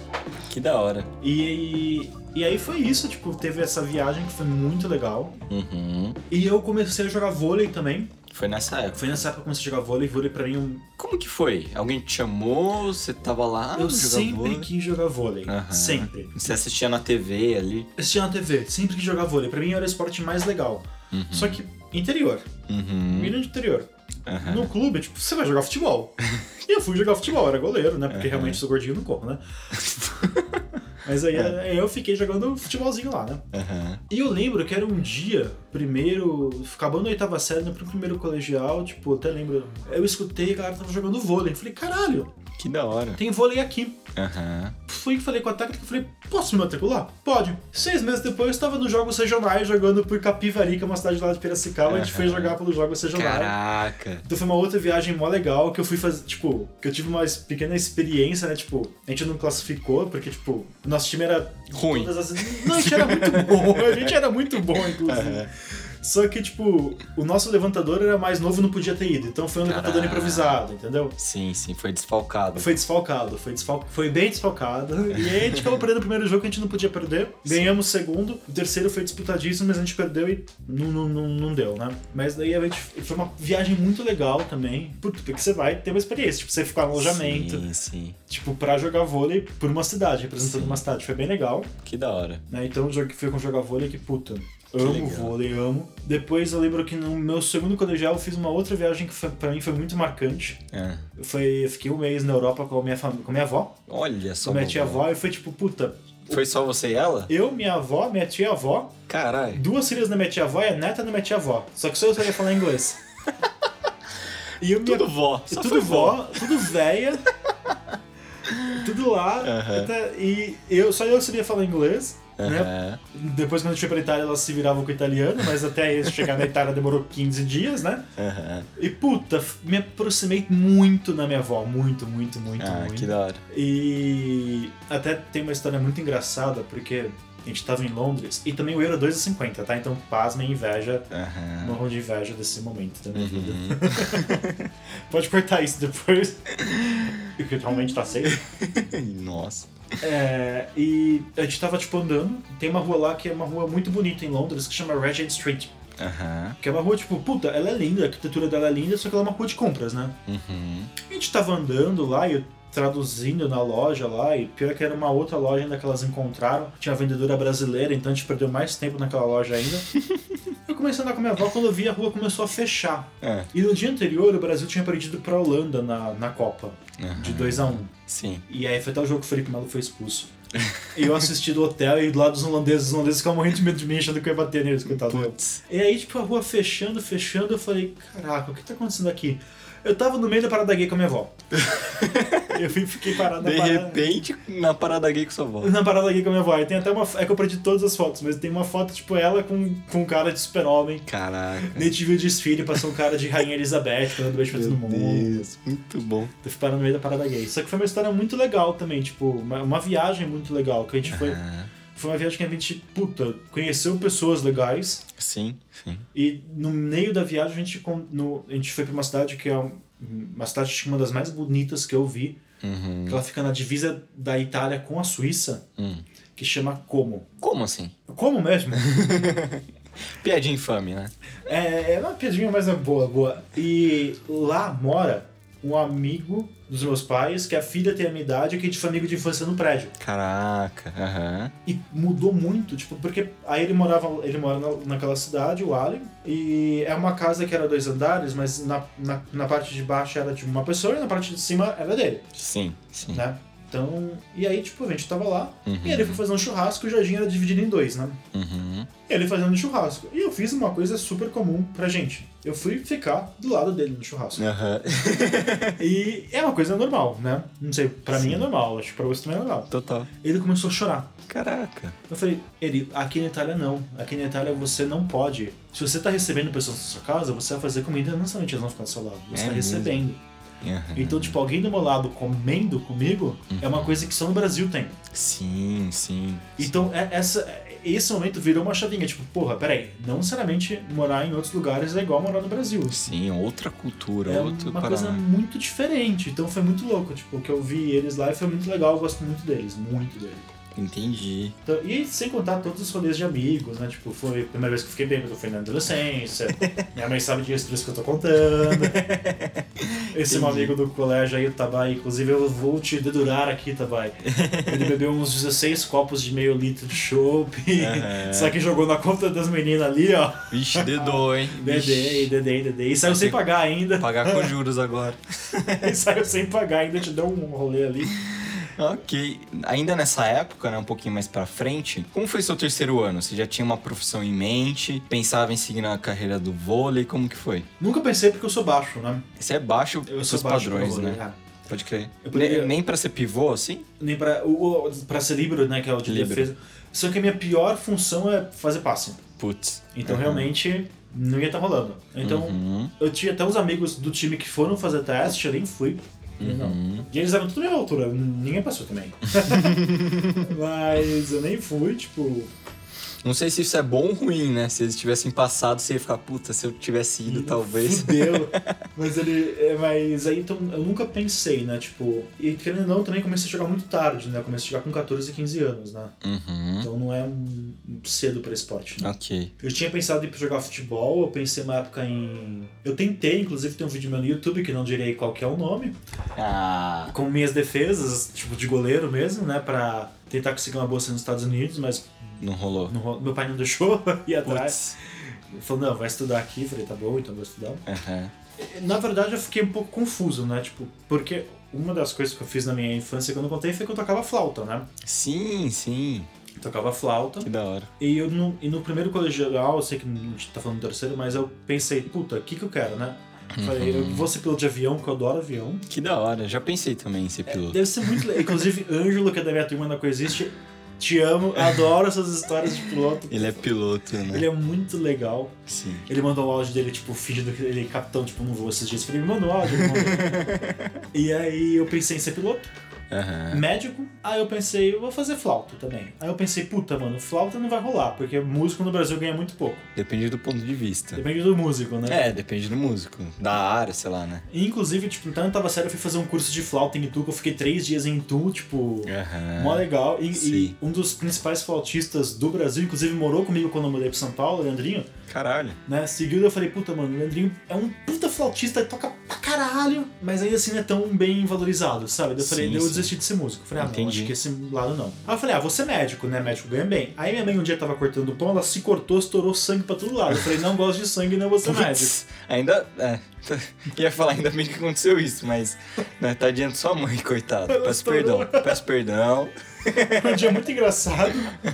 Speaker 1: Que da hora.
Speaker 3: E, e aí foi isso, tipo, teve essa viagem que foi muito legal.
Speaker 1: Uhum.
Speaker 3: E eu comecei a jogar vôlei também.
Speaker 1: Foi nessa época.
Speaker 3: Foi nessa época que eu comecei a jogar vôlei. Vôlei pra mim, um-
Speaker 1: Como que foi? Alguém te chamou? Você tava lá?
Speaker 3: eu
Speaker 1: jogava
Speaker 3: sempre
Speaker 1: Ah, vôlei?
Speaker 3: quis jogar vôlei.
Speaker 1: Aham.
Speaker 3: Sempre.
Speaker 1: Você assistia na TV ali?
Speaker 3: Assistia na TV, sempre quis jogar vôlei. Pra mim era o esporte mais legal. Só que interior,
Speaker 1: Uhum. É.
Speaker 3: menino de interior.
Speaker 1: Aham.
Speaker 3: No clube, tipo, você vai jogar futebol. e eu fui jogar futebol, era goleiro, né? Porque
Speaker 1: Aham.
Speaker 3: realmente sou gordinho no corpo, né? Mas aí
Speaker 1: É.
Speaker 3: aí eu fiquei jogando futebolzinho lá, né?
Speaker 1: Aham.
Speaker 3: E eu lembro que era um dia, primeiro, acabando a oitava série, no primeiro colegial, tipo, até lembro, eu escutei a galera tava jogando vôlei. Falei, caralho,
Speaker 1: Que da hora.
Speaker 3: tem vôlei aqui.
Speaker 1: Aham.
Speaker 3: Fui e falei com a técnica, falei, posso me matricular? Pode. Seis meses depois, eu estava nos Jogos Regionais, jogando por Capivari, que é uma cidade lá de Piracicaba, a gente foi jogar pelos Jogos Regionais.
Speaker 1: Caraca.
Speaker 3: Então foi uma outra viagem mó legal que eu fui fazer, tipo, que eu tive uma es- pequena experiência, né? Tipo, a gente não classificou, porque, tipo, o nosso time era.
Speaker 1: Ruim.
Speaker 3: todas as- Não, a gente era muito bom. A gente era muito bom, inclusive. Só que, tipo, o nosso levantador era mais novo e não podia ter ido. Então foi um levantador
Speaker 1: Caraca.
Speaker 3: improvisado, entendeu?
Speaker 1: Sim, sim, foi desfalcado.
Speaker 3: Foi desfalcado, foi, desfal... foi bem desfalcado. E aí a gente acabou perdendo o primeiro jogo que a gente não podia perder. Ganhamos o segundo, o terceiro foi disputadíssimo, mas a gente perdeu e não, não, não, não deu, né? Mas daí a gente foi uma viagem muito legal também. Puta, porque você vai ter uma experiência, tipo, você ficar no alojamento,
Speaker 1: Sim, sim.
Speaker 3: tipo, pra jogar vôlei por uma cidade, representando
Speaker 1: Sim.
Speaker 3: uma cidade. Foi bem legal,
Speaker 1: Que da hora.
Speaker 3: né? Então eu joguei- fui com jogar vôlei que, puta. Amo
Speaker 1: legal.
Speaker 3: vôlei, amo. Depois eu lembro que no meu segundo colegial eu fiz uma outra viagem que foi, pra mim foi muito marcante.
Speaker 1: É.
Speaker 3: Foi, eu fiquei um mês na Europa com a minha, fam... com a minha avó.
Speaker 1: Olha só.
Speaker 3: Com minha tia
Speaker 1: vovó.
Speaker 3: avó e foi tipo, puta,
Speaker 1: Foi só você e ela?
Speaker 3: eu, minha avó, minha tia avó,
Speaker 1: Caralho.
Speaker 3: duas filhas da minha tia avó e a neta da minha tia avó. Só que só eu sabia falar inglês. E eu minha
Speaker 1: Tudo vó. Só foi
Speaker 3: tudo vó, tudo véia, tudo lá.
Speaker 1: Aham.
Speaker 3: tá- E eu só eu sabia falar inglês, né?
Speaker 1: Aham.
Speaker 3: Depois quando eu fui pra Itália elas se viravam com o italiano, mas até eu chegar na Itália demorou 15 dias, né?
Speaker 1: Aham.
Speaker 3: E puta, me aproximei muito da minha avó, muito, muito, muito,
Speaker 1: Ah,
Speaker 3: muito.
Speaker 1: que da hora.
Speaker 3: E até tem uma história muito engraçada, porque a gente tava em Londres e também o euro 2,50, tá? Então, pasmem, inveja,
Speaker 1: Aham.
Speaker 3: morram de inveja desse momento da minha vida.
Speaker 1: Uhum.
Speaker 3: Pode cortar isso depois, porque realmente tá safe.
Speaker 1: Nossa.
Speaker 3: É, e a gente tava, tipo, andando, tem uma rua lá que é uma rua muito bonita em Londres, que chama Regent Street.
Speaker 1: Aham.
Speaker 3: Que é uma rua, tipo, puta, ela é linda, a arquitetura dela é linda, só que ela é uma rua de compras, né?
Speaker 1: Uhum.
Speaker 3: A gente tava andando lá e eu traduzindo na loja lá, e pior que era uma outra loja ainda que elas encontraram. Tinha uma vendedora brasileira, então a gente perdeu mais tempo naquela loja ainda. eu comecei a andar com a minha avó quando eu vi a rua começou a fechar.
Speaker 1: É.
Speaker 3: E no dia anterior o Brasil tinha perdido pra Holanda na, na Copa,
Speaker 1: Aham.
Speaker 3: de 2 a 1
Speaker 1: Sim.
Speaker 3: E aí foi até o jogo que o Felipe Melo foi expulso. E eu assisti do hotel e do lado dos holandeses, os holandeses ficavam morrendo de medo de mim, achando que eu ia bater neles, coitado. eu.
Speaker 1: Putz.
Speaker 3: E aí, tipo, a rua fechando, fechando, eu falei, caraca, o que tá acontecendo aqui? Eu tava no meio da parada gay com a minha avó. eu fui- fiquei parado na
Speaker 1: De
Speaker 3: parada.
Speaker 1: repente, na parada gay com sua avó.
Speaker 3: Na parada gay com a minha avó. E tem até uma. É que eu perdi todas as fotos, mas tem uma foto, tipo, ela com, com um cara de super-homem.
Speaker 1: Caraca.
Speaker 3: Nem tive o desfile, passou um cara de Rainha Elizabeth, dando beijo pra todo mundo.
Speaker 1: muito bom.
Speaker 3: Eu fui parar no meio da parada gay. Só que foi uma história muito legal também, tipo, uma, uma viagem muito legal. Que a gente foi.
Speaker 1: Aham.
Speaker 3: Foi uma viagem que a gente, puta, conheceu pessoas legais.
Speaker 1: Sim, sim.
Speaker 3: E no meio da viagem a gente, con- no- a gente foi pra uma cidade que é um- uma cidade acho que uma das mais bonitas que eu vi.
Speaker 1: Uhum.
Speaker 3: que Ela fica na divisa da Itália com a Suíça,
Speaker 1: Hum.
Speaker 3: que chama Como.
Speaker 1: Como assim?
Speaker 3: Como mesmo?
Speaker 1: Piadinha infame, né?
Speaker 3: é, é uma piadinha, mas é boa, boa. E lá mora um amigo dos meus pais, que é a filha tem a minha idade, que a gente foi amigo de infância no prédio.
Speaker 1: Caraca. Aham.
Speaker 3: E mudou muito, tipo, porque aí ele morava, ele mora na- naquela cidade, o Allen, e é uma casa que era dois andares, mas na, na, na parte de baixo era de uma pessoa e na parte de cima era dele,
Speaker 1: Sim, sim.
Speaker 3: né? Então, e aí, tipo, a gente tava lá,
Speaker 1: Uhum.
Speaker 3: e ele foi fazer um churrasco, e o jardim era dividido em dois, né?
Speaker 1: Uhum.
Speaker 3: Ele fazendo um churrasco. E eu fiz uma coisa super comum pra gente. Eu fui ficar do lado dele no churrasco.
Speaker 1: Aham.
Speaker 3: E é uma coisa normal, né? Não sei, pra mim é normal, acho que pra você também é normal.
Speaker 1: Total.
Speaker 3: Ele começou a chorar.
Speaker 1: Caraca.
Speaker 3: Eu falei, ele, aqui na Itália não. Aqui na Itália você não pode. Se você tá recebendo pessoas na sua casa, você vai fazer comida, não somente elas vão ficar do seu lado. Você
Speaker 1: É
Speaker 3: tá
Speaker 1: mesmo?
Speaker 3: recebendo.
Speaker 1: Aham.
Speaker 3: Então, tipo, alguém do meu lado comendo comigo é
Speaker 1: Uhum.
Speaker 3: uma coisa que só no Brasil tem.
Speaker 1: Sim, sim.
Speaker 3: Então, é- essa, esse momento virou uma chavinha. Tipo, porra, peraí, não necessariamente morar em outros lugares é igual morar no Brasil.
Speaker 1: Sim, outra cultura,
Speaker 3: É
Speaker 1: outro
Speaker 3: uma
Speaker 1: parada.
Speaker 3: coisa muito diferente. Então foi muito louco. Tipo, o que eu vi eles lá e foi muito legal. Eu gosto muito deles, muito deles.
Speaker 1: Entendi.
Speaker 3: Então, e sem contar todos os rolês de amigos, né? Tipo, foi a primeira vez que eu fiquei bêbado, foi na adolescência. Minha mãe sabe de histórias que eu tô contando. Esse é um amigo do colégio aí, o Tabai. Inclusive, eu vou te dedurar aqui, Tabai. Ele bebeu uns 16 copos de meio litro de chopp.
Speaker 1: Aham.
Speaker 3: Só que jogou na conta das meninas ali, ó.
Speaker 1: Vixe, dedou, hein?
Speaker 3: Dedei,
Speaker 1: Vixe.
Speaker 3: dedei, dedei. E saiu sem pagar ainda.
Speaker 1: Pagar com juros agora.
Speaker 3: E saiu sem pagar ainda, te deu um rolê ali.
Speaker 1: Ok. Ainda nessa época, né, um pouquinho mais pra frente, como foi seu terceiro ano? Você já tinha uma profissão em mente? Pensava em seguir na carreira do vôlei? Como que foi?
Speaker 3: Nunca pensei porque eu sou baixo, né?
Speaker 1: Você é baixo
Speaker 3: Eu sou
Speaker 1: pros
Speaker 3: baixo pra
Speaker 1: padrões,
Speaker 3: rolê,
Speaker 1: né?
Speaker 3: é.
Speaker 1: Pode crer.
Speaker 3: Eu poderia-
Speaker 1: Ne- Nem pra ser pivô, assim?
Speaker 3: nem para o, o para ser líbero, né, que é o de
Speaker 1: Líbero.
Speaker 3: defesa. Só que a minha pior função é fazer passe.
Speaker 1: Putz.
Speaker 3: Então
Speaker 1: Uhum.
Speaker 3: realmente não ia estar rolando. Então
Speaker 1: Uhum.
Speaker 3: eu tinha até uns amigos do time que foram fazer teste, eu nem fui. Não.
Speaker 1: Uhum.
Speaker 3: E eles eram tudo na minha altura, ninguém passou também. Mas eu nem fui, tipo.
Speaker 1: Não sei se isso é bom ou ruim, né? Se eles tivessem passado, você ia ficar, puta, se eu tivesse ido, talvez.
Speaker 3: Fudeu. Mas ele. é, Mas aí então eu nunca pensei, né? Tipo. E querendo ou não, também comecei a jogar muito tarde, né? Eu comecei a jogar com 14 e 15 anos, né?
Speaker 1: Uhum.
Speaker 3: Então não é um- um cedo pra esporte, né?
Speaker 1: Ok.
Speaker 3: Eu tinha pensado em ir jogar futebol, eu pensei uma época em. Eu tentei, inclusive tem um vídeo meu no YouTube que não direi qual que é o nome,
Speaker 1: Ah.
Speaker 3: com minhas defesas, tipo de goleiro mesmo, né? Pra tentar conseguir uma bolsa nos Estados Unidos, mas
Speaker 1: Não rolou.
Speaker 3: não ro- meu pai não deixou ir atrás.
Speaker 1: Putz.
Speaker 3: Ele falou, não, vai estudar aqui. Eu falei, tá bom, então vou estudar.
Speaker 1: Aham.
Speaker 3: Na verdade, eu fiquei um pouco confuso, né? Tipo, porque uma das coisas que eu fiz na minha infância que eu não contei foi que eu tocava flauta, né?
Speaker 1: Sim, sim.
Speaker 3: Eu tocava flauta.
Speaker 1: Que da hora.
Speaker 3: E, eu no, e no primeiro colegial, eu sei que não tá falando do terceiro, mas eu pensei, puta, o que que eu quero, né? Falei,
Speaker 1: Uhum.
Speaker 3: eu vou ser piloto de avião, que eu adoro avião.
Speaker 1: Que da hora. Já pensei também em ser piloto.
Speaker 3: Deve ser muito legal. Inclusive, Ângelo, que é da minha turma na Coexiste, te amo, adoro essas histórias de piloto.
Speaker 1: Ele é piloto, né?
Speaker 3: Ele é muito legal.
Speaker 1: Sim.
Speaker 3: Ele mandou um áudio dele, tipo, fingindo que ele é capitão, tipo, não vou esses dias. Ele me mandou um áudio. me mandou. e aí eu pensei em ser piloto,
Speaker 1: Aham.
Speaker 3: médico. Aí eu pensei, eu vou fazer flauta também. Aí eu pensei, puta, mano, flauta não vai rolar, porque músico no Brasil ganha muito pouco.
Speaker 1: Depende do ponto de vista.
Speaker 3: Depende do músico, né?
Speaker 1: É, depende do músico. Da área, sei lá, né?
Speaker 3: E, inclusive, tipo, então eu tava sério, eu fui fazer um curso de flauta em Itu, que eu fiquei três dias em Itu, tipo.
Speaker 1: Aham.
Speaker 3: Mó legal. E,
Speaker 1: É, Sim.
Speaker 3: e um dos principais flautistas do Brasil, inclusive morou comigo quando eu mudei pra São Paulo, Leandrinho,
Speaker 1: Caralho.
Speaker 3: né? Seguido eu falei, puta, mano, o Leandrinho é um puta flautista, ele toca pra caralho, mas ainda assim não é tão bem valorizado, sabe? Daí eu falei,
Speaker 1: Sim,
Speaker 3: daí eu
Speaker 1: sim.
Speaker 3: desisti de ser músico. Falei, ah, não,
Speaker 1: Entendi.
Speaker 3: acho que esse lado não. Aí eu falei, ah, você é médico, né? Médico ganha bem. Aí minha mãe um dia tava cortando pão, ela se cortou, estourou sangue pra todo lado. Eu falei, não gosto de sangue, não vou ser médico.
Speaker 1: Putz, ainda. É, ia falar ainda bem que aconteceu isso, mas. Né, tadinha de sua mãe, coitada.
Speaker 3: Ela
Speaker 1: Peço perdão.
Speaker 3: estourou.
Speaker 1: Peço perdão.
Speaker 3: Foi um dia muito engraçado.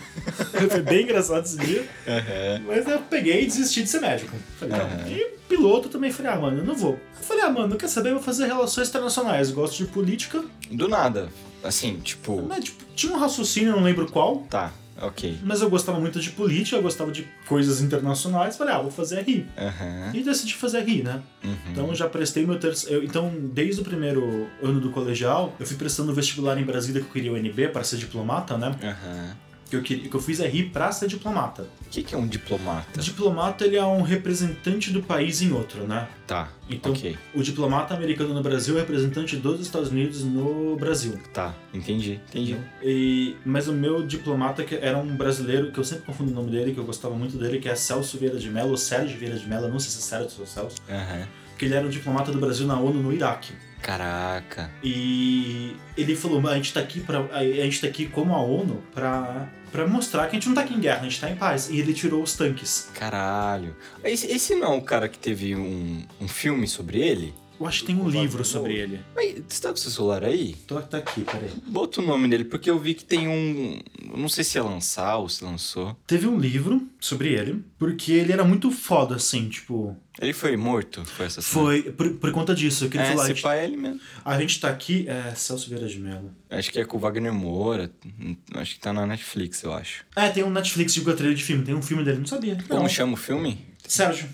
Speaker 3: Foi bem engraçado esse dia.
Speaker 1: Aham.
Speaker 3: Mas eu peguei e desisti de ser médico. Falei, não.
Speaker 1: Aham.
Speaker 3: E piloto também, falei, ah, mano, eu não vou. Eu falei, ah, mano, quer saber? Eu vou fazer relações internacionais. Gosto de política.
Speaker 1: Do nada. Assim, tipo.
Speaker 3: Mas, tipo, tinha um raciocínio, eu não lembro qual.
Speaker 1: Tá, ok.
Speaker 3: Mas eu gostava muito de política, eu gostava de coisas internacionais. Falei, ah, vou fazer RI.
Speaker 1: Aham.
Speaker 3: E decidi fazer RI, né?
Speaker 1: Uhum.
Speaker 3: Então eu já prestei meu terceiro. Então, desde o primeiro ano do colegial, eu fui prestando vestibular em Brasília que eu queria o NB para ser diplomata, né?
Speaker 1: Aham.
Speaker 3: Que eu, queria, que eu fiz RI pra ser diplomata.
Speaker 1: O que, que é um diplomata?
Speaker 3: Diplomata, ele é um representante do país em outro, né?
Speaker 1: Tá,
Speaker 3: Então-
Speaker 1: ok.
Speaker 3: O diplomata americano no Brasil é representante dos Estados Unidos no Brasil.
Speaker 1: Tá, entendi, entendi.
Speaker 3: E, mas o meu diplomata que era um brasileiro, que eu sempre confundo o nome dele, que eu gostava muito dele, que é Celso Vieira de Mello, ou Sérgio Vieira de Mello, eu não sei se é Sérgio ou Celso,
Speaker 1: Aham.
Speaker 3: que ele era um diplomata do Brasil na ONU no Iraque.
Speaker 1: Caraca.
Speaker 3: E ele falou, "Mas a gente tá aqui para a gente tá aqui como a ONU pra para mostrar que a gente não tá aqui em guerra, a gente tá em paz. E ele tirou os tanques.
Speaker 1: Caralho. Esse, esse não é o cara que teve um, um filme sobre ele?
Speaker 3: Eu acho que tem um livro sobre ele.
Speaker 1: Mas você tá com seu celular aí?
Speaker 3: Tô tá aqui, peraí.
Speaker 1: Bota o nome dele, porque eu vi que tem um. eu Não sei se ia lançar ou se lançou.
Speaker 3: Teve um livro sobre ele, porque ele era muito foda, assim, tipo.
Speaker 1: Ele foi morto? Foi assassinado?
Speaker 3: Foi por, por conta disso que ele
Speaker 1: É,
Speaker 3: falou: a
Speaker 1: se
Speaker 3: gente,
Speaker 1: pá, é ele mesmo.
Speaker 3: a gente tá aqui. É, Celso Vieira de Mello.
Speaker 1: Acho que é com o Wagner Moura. hum, Acho que tá na Netflix, eu acho.
Speaker 3: É, tem um Netflix de trilha de filme, tem um filme dele, não sabia. Não.
Speaker 1: Como chama o filme?
Speaker 3: Sérgio.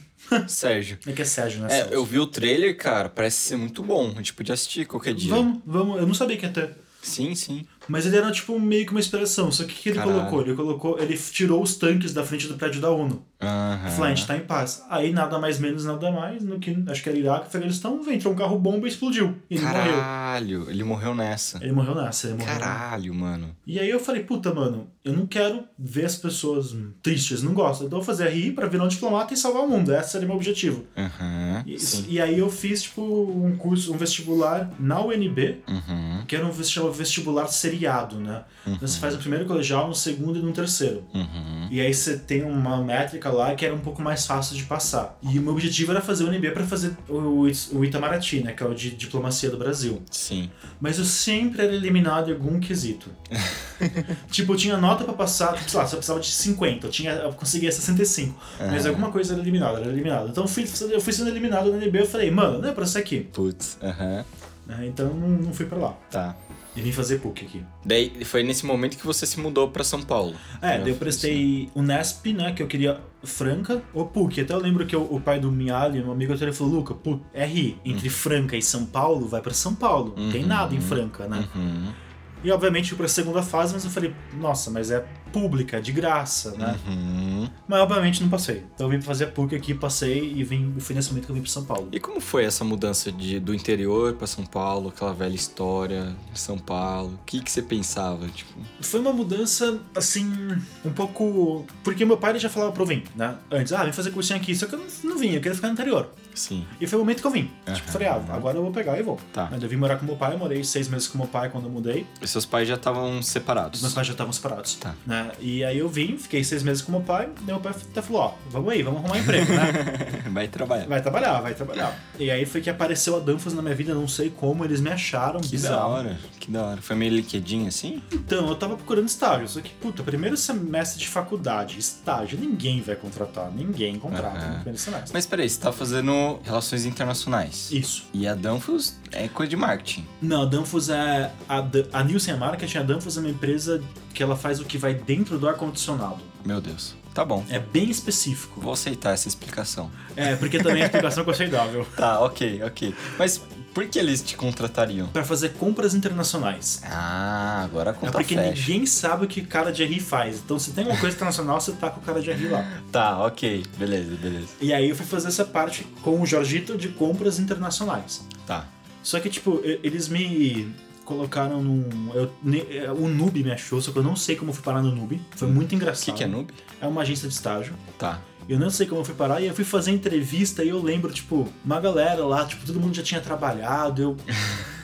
Speaker 1: Sérgio.
Speaker 3: É que é Sérgio, né? Celso?
Speaker 1: É, eu vi o trailer, cara. Parece ser muito bom. A gente podia assistir qualquer dia.
Speaker 3: Vamos, vamos, eu não sabia que ia ter.
Speaker 1: Sim, sim.
Speaker 3: Mas ele era tipo meio que uma inspiração. Só que o que ele
Speaker 1: Caralho.
Speaker 3: colocou? Ele colocou. Ele tirou os tanques da frente do prédio da ONU.
Speaker 1: Aham.
Speaker 3: Falou, a gente tá em paz. Aí nada mais menos, nada mais, no que acho que era Iraque, Afeganistão, entrou um carro bomba e explodiu. E ele morreu.
Speaker 1: Caralho, ele morreu nessa.
Speaker 3: Ele morreu nessa, ele morreu.
Speaker 1: Caralho, mano.
Speaker 3: E aí eu falei, puta, mano, eu não quero ver as pessoas tristes, não gosto. Então eu vou fazer RI pra virar um diplomata e salvar o mundo. Esse era o meu objetivo.
Speaker 1: Aham.
Speaker 3: E,
Speaker 1: Sim.
Speaker 3: e aí eu fiz, tipo, um curso, um vestibular na UNB,
Speaker 1: Uhum.
Speaker 3: que era um vesti- chama vestibular seriado, né?
Speaker 1: Uhum.
Speaker 3: Então você faz no primeiro colegial, no segundo e no terceiro.
Speaker 1: Uhum.
Speaker 3: E aí você tem uma métrica lá que era um pouco mais fácil de passar. E o meu objetivo era fazer o UNB pra fazer o, o Itamaraty, né? Que é o de diplomacia do Brasil.
Speaker 1: Sim.
Speaker 3: Mas eu sempre era eliminado em algum quesito. tipo, eu tinha nota pra passar, tipo, sei lá, se eu precisava de 50, eu, tinha, eu conseguia 65. Mas
Speaker 1: Aham.
Speaker 3: alguma coisa era eliminada, era eliminada. Então eu fui, eu fui sendo eliminado no NB, eu falei, mano, não é pra ser aqui.
Speaker 1: Putz, aham.
Speaker 3: né? Então eu não, não fui pra lá.
Speaker 1: Tá.
Speaker 3: E vim fazer PUC aqui.
Speaker 1: Daí foi nesse momento que você se mudou pra São Paulo.
Speaker 3: É, daí eu
Speaker 1: fiz,
Speaker 3: prestei o Nesp, né, que eu queria Franca ou PUC. Até eu lembro que o- o pai do Miali, meu amigo, ele falou, Luca, pô, RI, entre Franca e São Paulo, vai pra São Paulo. Não tem
Speaker 1: Uhum.
Speaker 3: nada em Franca, né?
Speaker 1: Uhum.
Speaker 3: E obviamente fui pra segunda fase, mas eu falei, nossa, mas é pública, de graça, né?
Speaker 1: Uhum.
Speaker 3: Mas obviamente não passei. Então eu vim fazer a PUC aqui, passei e vim, foi nesse momento que eu vim pra São Paulo.
Speaker 1: E como foi essa mudança de, do interior pra São Paulo, aquela velha história de São Paulo? O que, que você pensava? Tipo,
Speaker 3: Foi uma mudança, assim, um pouco. Porque meu pai ele já falava pra eu vir, né? Antes, ah, vim fazer cursinho aqui, só que eu não, não vim, eu queria ficar no interior.
Speaker 1: sim.
Speaker 3: E foi o momento que eu vim. Tipo,
Speaker 1: Aham.
Speaker 3: falei, ah, agora eu vou pegar e vou.
Speaker 1: Tá.
Speaker 3: Mas Eu vim morar com meu pai, eu morei seis meses com meu pai quando eu mudei.
Speaker 1: E seus pais já estavam separados.
Speaker 3: Os meus pais já estavam separados.
Speaker 1: Tá.
Speaker 3: Né? E aí eu vim, fiquei seis meses com meu pai, daí meu pai até falou, ó, vamos aí, vamos arrumar emprego, né?
Speaker 1: Vai trabalhar.
Speaker 3: Vai trabalhar, vai trabalhar. E aí foi que apareceu a Danfoss na minha vida, não sei como, eles me acharam
Speaker 1: Que da
Speaker 3: bizarro.
Speaker 1: hora, que da hora. Foi meio liquidinho assim?
Speaker 3: Então, eu tava procurando estágio, só que, puta, primeiro semestre de faculdade, estágio, ninguém vai contratar, ninguém contrata
Speaker 1: Aham.
Speaker 3: no primeiro semestre.
Speaker 1: Mas peraí, você tá fazendo relações internacionais.
Speaker 3: Isso.
Speaker 1: E a Danfoss é coisa de marketing.
Speaker 3: Não, a Danfoss é. A, Dan- a Nielsen Marketing, a Danfoss é uma empresa que ela faz o que vai dentro do ar-condicionado.
Speaker 1: Meu Deus. Tá bom.
Speaker 3: É bem específico.
Speaker 1: Vou aceitar essa explicação.
Speaker 3: É, porque também é a explicação que eu sei dar, viu?
Speaker 1: Tá, ok, ok. Mas por que eles te contratariam?
Speaker 3: Pra fazer compras internacionais.
Speaker 1: Ah, agora a
Speaker 3: É
Speaker 1: conta
Speaker 3: porque
Speaker 1: fecha.
Speaker 3: ninguém sabe o que cara de RI faz. Então, se tem uma coisa internacional, você tá com o cara de RI lá.
Speaker 1: Tá, ok. Beleza, beleza.
Speaker 3: E aí eu fui fazer essa parte com o Jorgito de compras internacionais.
Speaker 1: Tá.
Speaker 3: Só que, tipo, e- eles me colocaram num. eu- ne- é, o Noob me achou, só que eu não sei como eu fui parar no Noob. Foi muito
Speaker 1: O
Speaker 3: engraçado.
Speaker 1: que, que é noob?
Speaker 3: É uma agência de estágio.
Speaker 1: Tá.
Speaker 3: Eu não sei como eu fui parar. E eu fui fazer entrevista e eu lembro, tipo, uma galera lá, tipo, todo mundo já tinha trabalhado. Eu.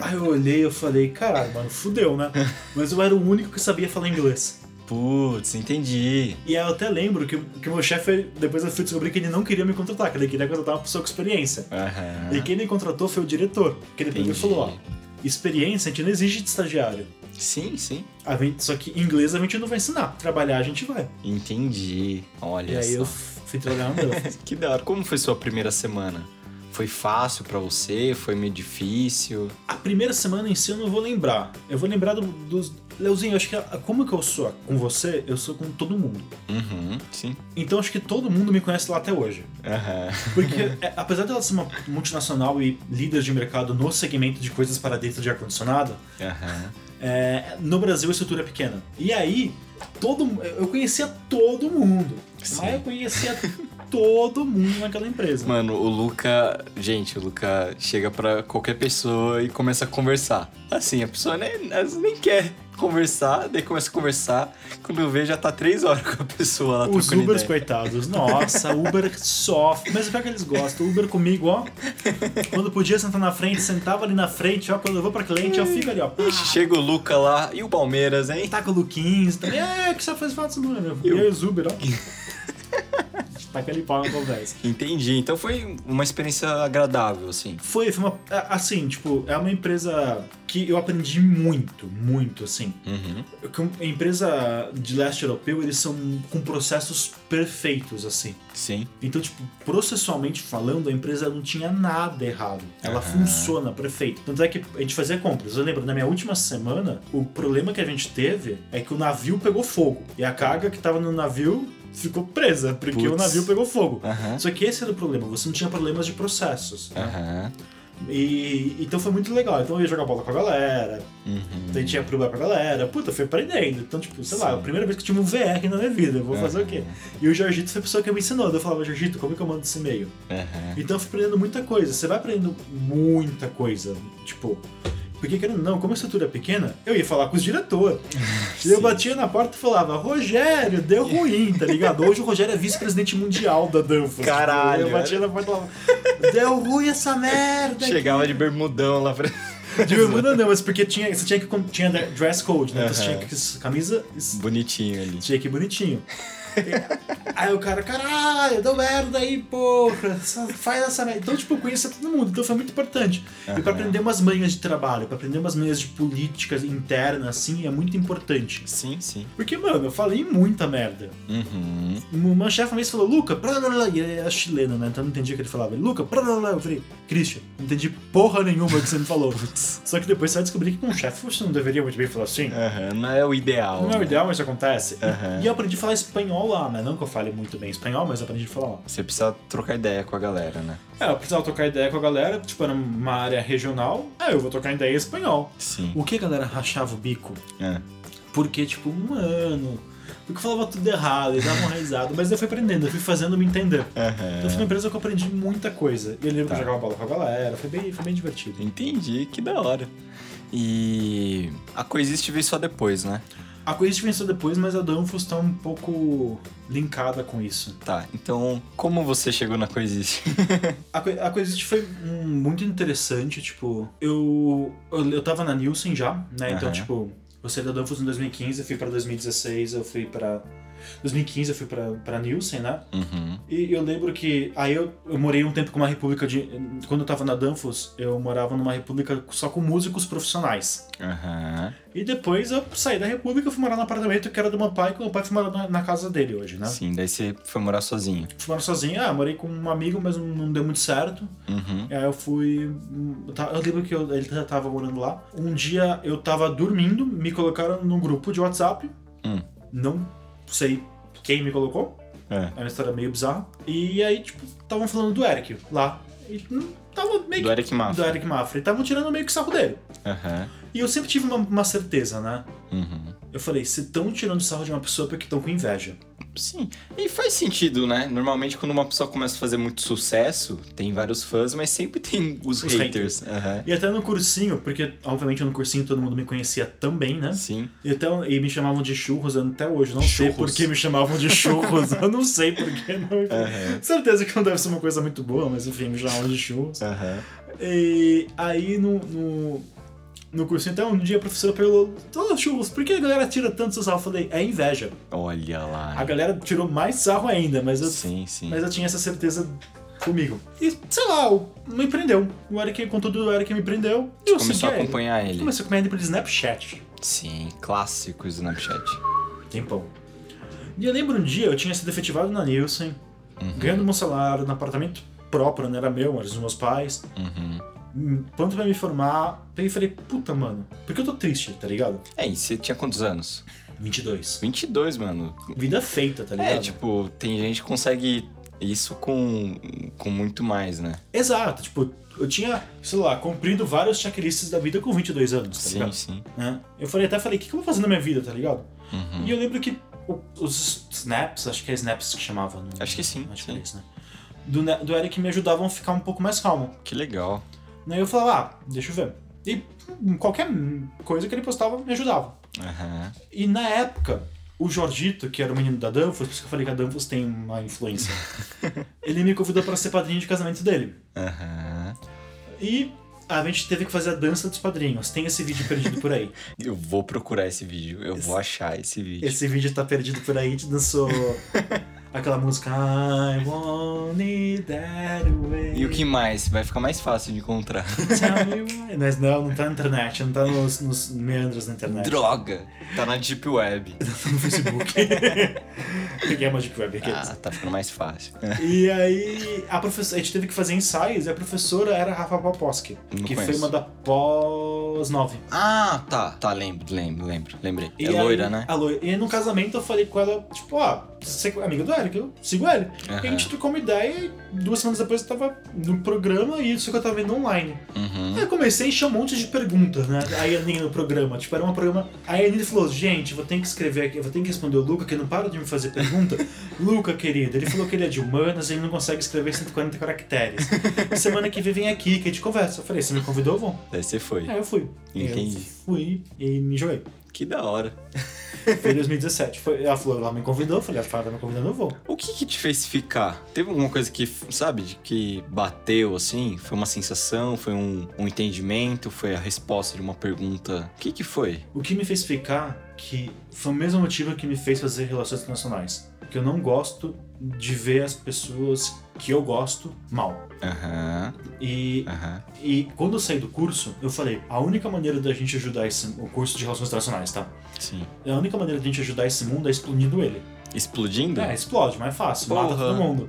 Speaker 3: aí eu olhei e eu falei, caralho, mano, fudeu, né? Mas eu era o único que sabia falar inglês.
Speaker 1: Putz, entendi.
Speaker 3: E aí eu até lembro que, que o meu chefe, depois eu fui descobrir que ele não queria me contratar, que ele queria contratar uma pessoa com experiência.
Speaker 1: Aham.
Speaker 3: E quem me contratou foi o diretor, que ele pegou e
Speaker 1: Entendi.
Speaker 3: falou, ó, experiência a gente não exige de estagiário.
Speaker 1: Sim, sim.
Speaker 3: A gente- só que inglês a gente não vai ensinar, trabalhar a gente vai.
Speaker 1: Entendi. Olha
Speaker 3: e aí
Speaker 1: só.
Speaker 3: eu f- fui trabalhar no meu.
Speaker 1: Que da hora. Como foi sua primeira semana? Foi fácil pra você? Foi meio difícil?
Speaker 3: A primeira semana em si eu não vou lembrar. Eu vou lembrar do- dos... Leozinho, eu acho que a- como que eu sou com você, eu sou com todo mundo.
Speaker 1: Uhum, sim.
Speaker 3: Então acho que todo mundo me conhece lá até hoje.
Speaker 1: Aham.
Speaker 3: Porque é, apesar dela ser uma multinacional e líder de mercado no segmento de coisas para dentro de ar-condicionado,
Speaker 1: Aham.
Speaker 3: É, no Brasil a estrutura é pequena. E aí, todo, eu conhecia todo mundo.
Speaker 1: Sim.
Speaker 3: Mas eu conhecia todo mundo naquela empresa.
Speaker 1: Mano, o Luca. Gente, o Luca chega pra qualquer pessoa e começa a conversar. Assim, a pessoa nem, às vezes nem quer conversar, daí começa a conversar. Quando eu vejo, já tá três horas com a pessoa lá
Speaker 3: Os
Speaker 1: tá trocando
Speaker 3: Ubers,
Speaker 1: ideia.
Speaker 3: coitados. Nossa, Uber sofre. Mas pior é que eles gostam. Uber comigo, ó. Quando podia sentar na frente, sentava ali na frente, ó. Quando eu vou pra cliente, eu fico ali, ó.
Speaker 1: Ixi, chega o Luca lá e o Palmeiras, hein?
Speaker 3: Taca o Luquins também. É, que só faz fato do meu. E
Speaker 1: Eu-
Speaker 3: aí, os Uber, ó. Taca ali pau na conversa.
Speaker 1: Entendi. Então foi uma experiência agradável, assim.
Speaker 3: Foi, foi uma. a- Assim, tipo, é uma empresa que eu aprendi muito, muito, assim.
Speaker 1: Uhum.
Speaker 3: Com- A empresa de leste europeu, eles são com processos perfeitos, assim.
Speaker 1: Sim.
Speaker 3: Então, tipo, processualmente falando, a empresa não tinha nada errado. Ela
Speaker 1: Aham.
Speaker 3: funciona perfeito. Tanto é que a gente fazia compras. Eu lembro, na minha última semana, o problema que a gente teve é que o navio pegou fogo. E a carga que tava no navio ficou presa, porque o
Speaker 1: Putz.
Speaker 3: navio pegou fogo.
Speaker 1: Aham.
Speaker 3: Só que esse era o problema, você não tinha problemas de processos. né?
Speaker 1: Aham.
Speaker 3: E então foi muito legal. Então eu ia jogar bola com a galera,
Speaker 1: Uhum.
Speaker 3: então a gente ia pro bar com a galera. Puta, eu fui aprendendo. Então, tipo, sei lá,
Speaker 1: Sim.
Speaker 3: a primeira vez que eu tive um VR na minha vida, eu vou fazer o quê? E o Jorgito foi a pessoa que me ensinou. Daí Eu falava, Jorgito, como é que eu mando esse e-mail?
Speaker 1: Aham.
Speaker 3: Então eu fui aprendendo muita coisa. Você vai aprendendo muita coisa. Tipo, porque querendo ou não, como a estrutura é pequena, eu ia falar com os diretores. E eu
Speaker 1: Sim.
Speaker 3: batia na porta e falava, Rogério, deu ruim, tá ligado? Hoje o Rogério é vice-presidente mundial da Danfoss. tipo,
Speaker 1: Caralho,
Speaker 3: Eu batia na porta e falava, deu ruim essa merda. aqui."
Speaker 1: Chegava de bermudão lá pra.
Speaker 3: De bermuda não, mas porque tinha, você tinha que com- tinha dress code, né? Então você
Speaker 1: Aham.
Speaker 3: tinha que camisa, isso,
Speaker 1: Bonitinho ali.
Speaker 3: tinha que ir bonitinho. aí o cara, caralho, deu merda aí, porra, só faz essa merda. Então, tipo, eu conheço todo mundo, então foi muito importante. E pra aprender umas manhas de trabalho, pra aprender umas manhas de políticas interna, assim, é muito importante.
Speaker 1: Sim, sim.
Speaker 3: Porque, mano, eu falei muita merda.
Speaker 1: Uhum.
Speaker 3: Uma chefe uma vez falou, Luca, blá, blá, blá, e ele é chileno, né? Então eu não entendi o que ele falava. Ele, Luca, blá, blá, blá. Eu falei, Christian, não entendi porra nenhuma que você me falou. Só que depois você vai descobrir que com um chefe você não deveria muito bem falar assim.
Speaker 1: Aham, Não é o ideal.
Speaker 3: Não é o
Speaker 1: né?
Speaker 3: ideal, mas acontece. E-
Speaker 1: Aham.
Speaker 3: E eu aprendi a falar espanhol espanhol lá, né? Não que eu fale muito bem espanhol, mas aprendi a falar lá.
Speaker 1: Você precisa trocar ideia com a galera, né?
Speaker 3: É, eu precisava trocar ideia com a galera, tipo, era uma área regional. Ah, eu vou trocar ideia em espanhol.
Speaker 1: Sim.
Speaker 3: O que a galera rachava o bico?
Speaker 1: É.
Speaker 3: Porque, tipo, mano. Porque eu falava tudo errado e dava uma risada. Mas eu fui aprendendo, eu fui fazendo me entender. Então foi uma empresa que eu aprendi muita coisa. E eu lembro
Speaker 1: Tá.
Speaker 3: que eu jogava bola com a galera, foi bem, foi bem divertido.
Speaker 1: Entendi, que da hora. E a Coexist veio só depois, né?
Speaker 3: A Quest venceu depois, mas a Danfos tá um pouco linkada com isso.
Speaker 1: Tá, então como você chegou na Coexist?
Speaker 3: A, coi- a coisa tipo, foi hum, muito interessante, tipo, eu, eu, eu tava na Nielsen já, né? Então,
Speaker 1: Aham.
Speaker 3: tipo, eu saí da Danfoss em 2015, eu fui pra 2016, eu fui pra. 2015 eu fui pra, pra Nielsen, né?
Speaker 1: uhum.
Speaker 3: E eu lembro que. Aí eu, eu morei um tempo com uma república de. Quando eu tava na Danfoss, eu morava numa república só com músicos profissionais.
Speaker 1: Aham.
Speaker 3: E depois eu saí da república, fui morar no apartamento que era do meu pai, que o meu pai foi morar na, na casa dele hoje, né?
Speaker 1: Sim, daí você foi morar sozinho.
Speaker 3: Fui morar sozinho, ah, morei com um amigo, mas não- não deu muito certo.
Speaker 1: Uhum.
Speaker 3: E Aí eu fui. eu ta- Eu lembro que eu- ele já tava morando lá. Um dia eu tava dormindo, me colocaram num grupo de WhatsApp.
Speaker 1: Hum.
Speaker 3: Não sei quem me colocou.
Speaker 1: É.
Speaker 3: É uma história meio bizarra. E aí, tipo, estavam falando do Eric lá. E hum, tava meio
Speaker 1: Do
Speaker 3: que.
Speaker 1: Eric Mafra.
Speaker 3: Do Eric Mafra. E estavam tirando meio que sarro dele.
Speaker 1: Aham.
Speaker 3: E eu sempre tive uma, uma certeza, né?
Speaker 1: Uhum.
Speaker 3: Eu falei, se estão tirando sarro de uma pessoa é porque estão com inveja.
Speaker 1: Sim. E faz sentido, né? Normalmente quando uma pessoa começa a fazer muito sucesso, tem vários fãs, mas sempre tem os,
Speaker 3: Os
Speaker 1: haters. Aham.
Speaker 3: E até no cursinho, porque obviamente no cursinho todo mundo me conhecia também, né?
Speaker 1: Sim.
Speaker 3: Então, e me chamavam de churros, eu até hoje não sei
Speaker 1: Churros. É.
Speaker 3: por que me chamavam de churros. eu não sei por que não.
Speaker 1: Aham.
Speaker 3: Certeza que não deve ser uma coisa muito boa, mas enfim, me chamavam de churros.
Speaker 1: Aham.
Speaker 3: E aí no, no, no cursinho, até um dia a professora perguntou: Ô churros, por que a galera tira tanto seu sarro? Eu falei: é inveja.
Speaker 1: Olha lá.
Speaker 3: A galera tirou mais sarro ainda, mas eu,
Speaker 1: Sim, sim.
Speaker 3: mas eu tinha essa certeza comigo. E sei lá, o- me prendeu. O Eric, com tudo, o Eric me prendeu. E eu
Speaker 1: Começou
Speaker 3: segui
Speaker 1: a
Speaker 3: ele.
Speaker 1: acompanhar ele.
Speaker 3: Comecei a acompanhar ele pelo Snapchat.
Speaker 1: Sim, clássico Snapchat.
Speaker 3: Tempão. E eu lembro um dia, eu tinha sido efetivado na Nielsen,
Speaker 1: Uhum.
Speaker 3: ganhando meu salário no apartamento próprio, não era meu, era dos meus pais. Hum,
Speaker 1: Uhum.
Speaker 3: Pronto pra me formar. Peguei e falei, puta, mano, porque eu tô triste, tá ligado?
Speaker 1: É, e você tinha quantos anos?
Speaker 3: 22.
Speaker 1: 22, mano.
Speaker 3: Vida feita, tá ligado?
Speaker 1: É, tipo, tem gente que consegue isso com, com muito mais, né?
Speaker 3: Exato, tipo, eu tinha, sei lá, cumprido vários checklists da vida com 22 anos, tá
Speaker 1: Sim,
Speaker 3: ligado?
Speaker 1: sim.
Speaker 3: Né? Eu falei, até falei, o que, que eu vou fazer na minha vida, tá ligado?
Speaker 1: Uhum.
Speaker 3: E eu lembro que o- os snaps, acho que é snaps que chamava, não-
Speaker 1: Acho que sim,
Speaker 3: Acho que
Speaker 1: sim.
Speaker 3: era isso, né? Do, Ne- do Eric me ajudavam a ficar um pouco mais calmo.
Speaker 1: Que legal.
Speaker 3: Daí eu falava, ah, deixa eu ver. E hum, qualquer coisa que ele postava me ajudava.
Speaker 1: Aham.
Speaker 3: E na época, o Jorgito, que era o menino da Danfoss, por isso que eu falei que a Danfoss tem uma influência, ele me convidou pra ser padrinho de casamento dele.
Speaker 1: Aham.
Speaker 3: E a gente teve que fazer a dança dos padrinhos. Tem esse vídeo perdido por aí.
Speaker 1: Eu vou procurar esse vídeo. Eu vou achar esse vídeo.
Speaker 3: Esse vídeo tá perdido por aí, a gente dançou aquela música I want it that way.
Speaker 1: E o que mais? Vai ficar mais fácil de encontrar.
Speaker 3: Tell me why. Mas não, não tá na internet, não tá nos, nos meandros da internet.
Speaker 1: Droga! Tá na Deep Web.
Speaker 3: no Facebook. Peguei a Magic Web aqui.
Speaker 1: Ah, tá ficando mais fácil.
Speaker 3: E aí, a, professora, a gente teve que fazer ensaios e a professora era a Rafa Poposki,
Speaker 1: Não
Speaker 3: que foi
Speaker 1: conheço.
Speaker 3: uma da pós 9.
Speaker 1: Ah, tá. Tá, lembro, lembro, lembro. Lembrei.
Speaker 3: E
Speaker 1: é loira,
Speaker 3: aí,
Speaker 1: né?
Speaker 3: A loira. E aí, no casamento eu falei com ela, tipo, ó, você é amiga do Eric, eu sigo ele. E a gente trocou uma ideia e duas semanas depois eu tava no programa e isso que eu tava vendo online.
Speaker 1: Uhum.
Speaker 3: Aí eu comecei a encher um monte de perguntas, né? A Yanin no programa. Tipo, era um programa. Aí a Yanin falou: gente, eu vou ter que escrever aqui, eu vou ter que responder o Luca, que não para de me fazer pergunta. Luca, querido, ele falou que ele é de humanas e ele não consegue escrever 140 caracteres. Semana que vem vem aqui, que a gente conversa. Eu falei: você me convidou, eu vou.
Speaker 1: Daí você foi.
Speaker 3: Aí eu fui.
Speaker 1: Entendi.
Speaker 3: Eu fui e me joguei.
Speaker 1: Que da hora.
Speaker 3: Foi em 2017. Foi, ela falou: ela me convidou. Eu falei: a Flávia me convidando, eu vou.
Speaker 1: O que que te fez ficar? Teve alguma coisa que, sabe, de que bateu assim? Foi uma sensação? Foi um, um entendimento? Foi a resposta de uma pergunta? O que que foi?
Speaker 3: O que me fez ficar que foi o mesmo motivo que me fez fazer relações internacionais. Que eu não gosto de ver as pessoas que eu gosto mal.
Speaker 1: Aham,
Speaker 3: E,
Speaker 1: aham.
Speaker 3: e quando eu saí do curso, eu falei, a única maneira da gente ajudar esse, o curso de relações internacionais, tá?
Speaker 1: Sim.
Speaker 3: A única maneira da gente ajudar esse mundo é explodindo ele.
Speaker 1: Explodindo?
Speaker 3: É, explode, mas é fácil, mata
Speaker 1: Porra.
Speaker 3: todo mundo.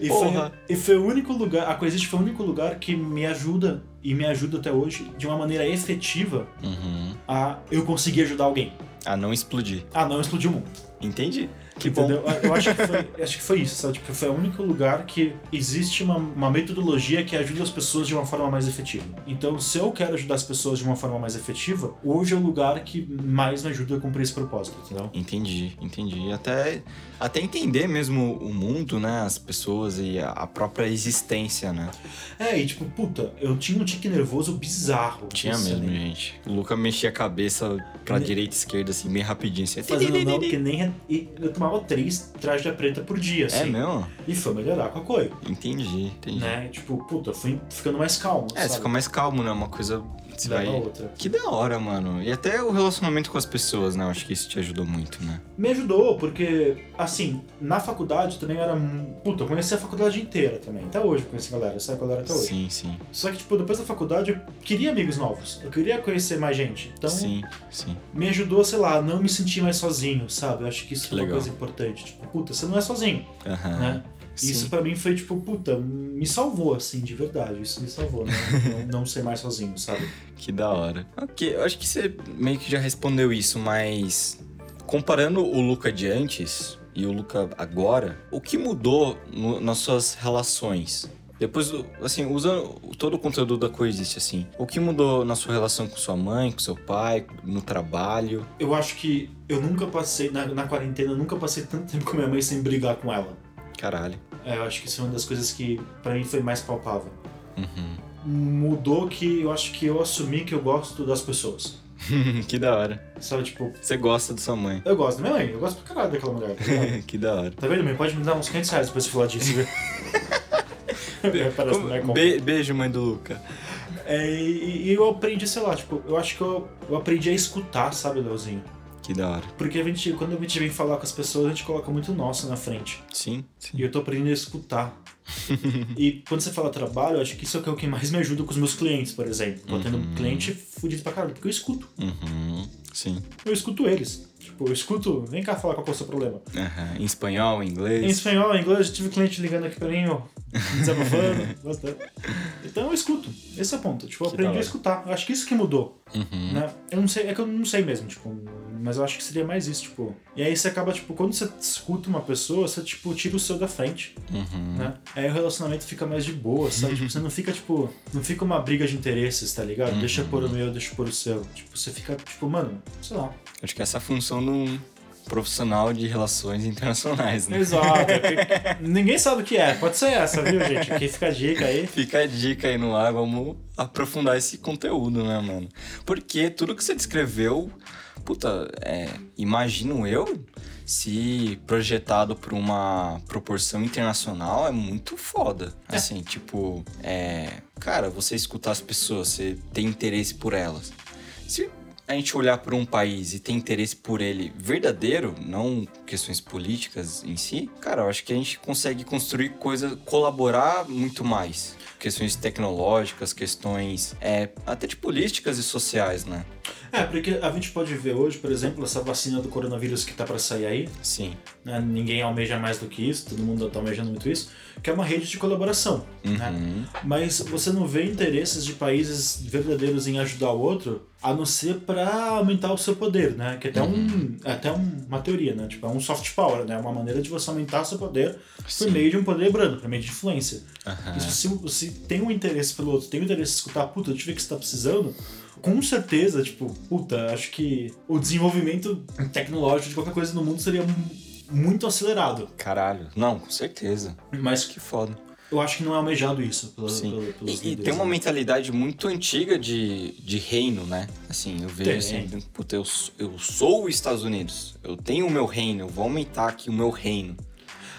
Speaker 3: E foi,
Speaker 1: Porra.
Speaker 3: e foi o único lugar, a Coexist foi o único lugar que me ajuda, e me ajuda até hoje, de uma maneira efetiva,
Speaker 1: Uhum.
Speaker 3: a eu conseguir ajudar alguém.
Speaker 1: A não explodir.
Speaker 3: Ah, não explodir o mundo.
Speaker 1: Entendi. Que bom.
Speaker 3: Entendeu? Eu acho que foi, acho que foi isso, sabe? Tipo, foi o único lugar que existe uma, uma metodologia que ajuda as pessoas de uma forma mais efetiva. Então, se eu quero ajudar as pessoas de uma forma mais efetiva, hoje é o lugar que mais me ajuda a cumprir esse propósito, entendeu?
Speaker 1: Entendi, entendi. Até, até entender mesmo o mundo, né? As pessoas e a, a própria existência, né?
Speaker 3: É, e tipo, puta, eu tinha um tique nervoso bizarro.
Speaker 1: Tinha
Speaker 3: Assim,
Speaker 1: mesmo, gente. O Luca mexia a cabeça pra
Speaker 3: Ne-
Speaker 1: direita e esquerda, assim, bem rapidinho. Assim.
Speaker 3: Né? Fazendo não, que nem. e Eu tomava três tragédia preta por dia, assim.
Speaker 1: É mesmo?
Speaker 3: E foi melhorar com a coisa.
Speaker 1: Entendi, entendi.
Speaker 3: Né? Tipo, puta, fui ficando mais calmo.
Speaker 1: É,
Speaker 3: sabe?
Speaker 1: você fica mais calmo, né? Uma coisa. Você
Speaker 3: Leva
Speaker 1: vai.
Speaker 3: a outra.
Speaker 1: Que da hora, mano. E até o relacionamento com as pessoas, né? Eu acho que isso te ajudou muito, né?
Speaker 3: Me ajudou, porque, assim, na faculdade também eu era. mu- Puta, eu conheci a faculdade inteira também. Até hoje eu conheci a galera, eu saio com a galera até hoje.
Speaker 1: Sim, sim.
Speaker 3: Só que, tipo, depois da faculdade eu queria amigos novos. Eu queria conhecer mais gente. Então,
Speaker 1: Sim, sim.
Speaker 3: me ajudou, sei lá, a não me sentir mais sozinho, sabe? Eu acho que isso
Speaker 1: Que
Speaker 3: é uma
Speaker 1: legal.
Speaker 3: coisa importante. Tipo, puta, você não é sozinho,
Speaker 1: Aham.
Speaker 3: né?
Speaker 1: Sim.
Speaker 3: Isso pra mim foi tipo, puta, me salvou, assim, de verdade. Isso me salvou, né? não, não ser mais sozinho, sabe?
Speaker 1: Que da hora. Ok, eu acho que você meio que já respondeu isso, mas comparando o Luca de antes e o Luca agora, o que mudou no- nas suas relações? Depois, do- assim, usando todo o conteúdo da Coexiste, assim, o que mudou na sua relação com sua mãe, com seu pai, no trabalho?
Speaker 3: Eu acho que eu nunca passei, na, na quarentena, eu nunca passei tanto tempo com minha mãe sem brigar com ela.
Speaker 1: Caralho.
Speaker 3: É, eu acho que isso é uma das coisas que pra mim foi mais palpável.
Speaker 1: Uhum.
Speaker 3: Mudou que eu acho que eu assumi que eu gosto das pessoas.
Speaker 1: que da hora.
Speaker 3: Sabe, tipo,
Speaker 1: Você gosta de sua mãe.
Speaker 3: eu gosto da minha mãe, eu gosto pra caralho daquela mulher. tá ligado?
Speaker 1: que da hora.
Speaker 3: Tá vendo, mãe? Pode me dar uns 500 reais pra você falar disso, viu? Parece
Speaker 1: Como-
Speaker 3: não é compra.
Speaker 1: Be- beijo, mãe do Luca.
Speaker 3: É, e, e eu aprendi, sei lá, tipo, eu acho que eu, eu aprendi a escutar, sabe, Leozinho?
Speaker 1: Que da hora.
Speaker 3: Porque a gente, quando a gente vem falar com as pessoas, a gente coloca muito o nosso na frente.
Speaker 1: Sim, sim.
Speaker 3: E eu tô aprendendo a escutar. e quando você fala trabalho, eu acho que isso é o que mais me ajuda com os meus clientes, por exemplo. Tô tendo um cliente fudido pra caralho, porque eu escuto.
Speaker 1: Uhum. Sim.
Speaker 3: Eu escuto eles. Tipo, eu escuto, vem cá falar qual que é o seu problema.
Speaker 1: Aham. Em espanhol, em inglês.
Speaker 3: Em espanhol, em inglês, eu tive cliente ligando aqui pra mim, ó, desabafando, gostando. Então eu escuto. Esse é o ponto. Tipo, eu
Speaker 1: Que da
Speaker 3: aprendi a
Speaker 1: hora.
Speaker 3: escutar. Eu acho que isso que mudou.
Speaker 1: Uhum.
Speaker 3: né? Eu não sei, é que eu não sei mesmo, tipo, mas eu acho que seria mais isso, tipo. E aí você acaba, tipo, quando você escuta uma pessoa, você, tipo, tira o seu da frente,
Speaker 1: Uhum.
Speaker 3: né? Aí o relacionamento fica mais de boa, sabe? Tipo, você não fica, tipo, não fica uma briga de interesses, tá ligado?
Speaker 1: Uhum.
Speaker 3: Deixa eu pôr o meu, deixa eu pôr o seu. Tipo, você fica, tipo, mano, sei lá.
Speaker 1: Acho que essa é a função de um profissional de relações internacionais, né?
Speaker 3: Exato. Ninguém sabe o que é, pode ser essa, viu, gente? Aqui fica a dica aí.
Speaker 1: Fica a dica aí no ar, vamos aprofundar esse conteúdo, né, mano? Porque tudo que você descreveu, puta, é, imagino eu, se projetado por uma proporção internacional, é muito foda. Assim, tipo, é, cara, você escutar as pessoas, você tem interesse por elas. Se a gente olhar para um país e ter interesse por ele verdadeiro, não questões políticas em si, cara, eu acho que a gente consegue construir coisas, colaborar muito mais. Questões tecnológicas, questões é, até de políticas e sociais, né?
Speaker 3: É, porque a gente pode ver hoje, por exemplo, essa vacina do coronavírus que tá pra sair aí.
Speaker 1: Sim.
Speaker 3: né? ninguém almeja mais do que isso, todo mundo tá almejando muito isso, que é uma rede de colaboração. Né?
Speaker 1: Uhum.
Speaker 3: Mas você não vê interesses de países verdadeiros em ajudar o outro, a não ser pra aumentar o seu poder, né? Que é até, um, é até um- uma teoria, né? Tipo, é um soft power, né? É uma maneira de você aumentar seu poder por
Speaker 1: Sim.
Speaker 3: meio de um poder brando, por meio de influência.
Speaker 1: Aham.
Speaker 3: E se você tem um interesse pelo outro, tem um interesse em escutar, puta, deixa eu ver o que você tá precisando, com certeza, tipo, puta, acho que o desenvolvimento tecnológico de qualquer coisa no mundo seria mu- muito acelerado.
Speaker 1: é Caralho. Não, com certeza.
Speaker 3: Mas
Speaker 1: Que foda.
Speaker 3: eu acho que não é almejado isso pelo,
Speaker 1: Sim.
Speaker 3: pelo, pelos
Speaker 1: E, e
Speaker 3: líderes,
Speaker 1: tem um uma
Speaker 3: né?
Speaker 1: mentalidade muito antiga de, de reino, né? Assim, eu vejo
Speaker 3: Tem.
Speaker 1: assim, puta, eu, sou- eu sou os Estados Unidos, eu tenho o meu reino, eu vou aumentar aqui o meu reino.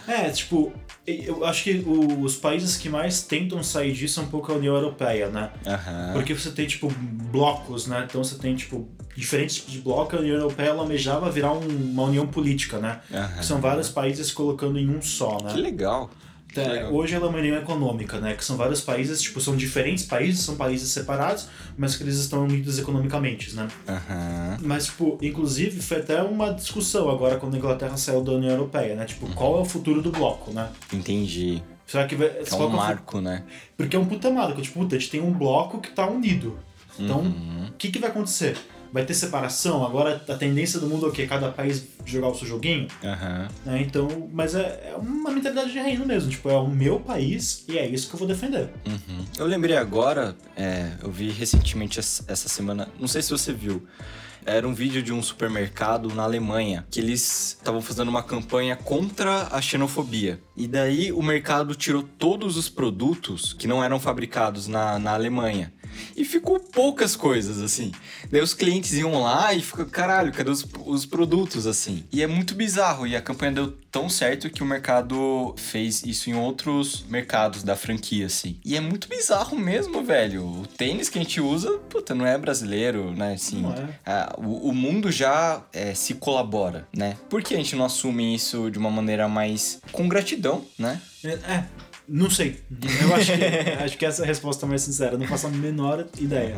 Speaker 3: É, tipo, eu acho que o- os países que mais tentam sair disso é um pouco a União Europeia, né?
Speaker 1: Aham.
Speaker 3: Porque você tem, tipo, blocos, né? Então você tem, tipo, diferentes tipos de bloco. A União Europeia ela almejava virar um- uma união política, né?
Speaker 1: aham.
Speaker 3: Que são vários países colocando em um só, né?
Speaker 1: É. Que legal.
Speaker 3: É,
Speaker 1: legal.
Speaker 3: hoje ela é uma união econômica, né? Que são vários países, tipo, são diferentes países, são países separados, mas que eles estão unidos economicamente, né?
Speaker 1: Aham.
Speaker 3: Mas, tipo, inclusive foi até uma discussão agora quando a Inglaterra saiu da União Europeia, né? Tipo, qual é o futuro do bloco, né?
Speaker 1: Entendi.
Speaker 3: Será que vai.
Speaker 1: Que é
Speaker 3: qual
Speaker 1: um
Speaker 3: que é o fu-
Speaker 1: marco, né?
Speaker 3: Porque é um puta marco, tipo, puta, a gente tem um bloco que tá unido. Então,
Speaker 1: Uhum.
Speaker 3: que, que vai acontecer? Vai ter separação? Agora a tendência do mundo é o quê? Cada país jogar o seu joguinho?
Speaker 1: Aham.
Speaker 3: né? Então, mas é, é uma mentalidade de reino mesmo. Tipo, é o meu país e é isso que eu vou defender.
Speaker 1: Uhum. Eu lembrei agora, é, eu vi recentemente es- essa semana, não sei se você viu, era um vídeo de um supermercado na Alemanha que eles estavam fazendo uma campanha contra a xenofobia. E daí o mercado tirou todos os produtos que não eram fabricados na, na Alemanha. E ficou poucas coisas, assim. Daí os clientes iam lá e ficou, caralho, cadê os, os produtos, assim? E é muito bizarro. E a campanha deu tão certo que o mercado fez isso em outros mercados da franquia, assim. E é muito bizarro mesmo, velho. O tênis que a gente usa, puta, não é brasileiro, né? Assim,
Speaker 3: Não é?
Speaker 1: ah, o, o mundo já é, se colabora, né? Por que a gente não assume isso de uma maneira mais com gratidão, né?
Speaker 3: É, é, não sei. Eu acho que, acho que essa é a resposta mais sincera. Não faço a menor ideia.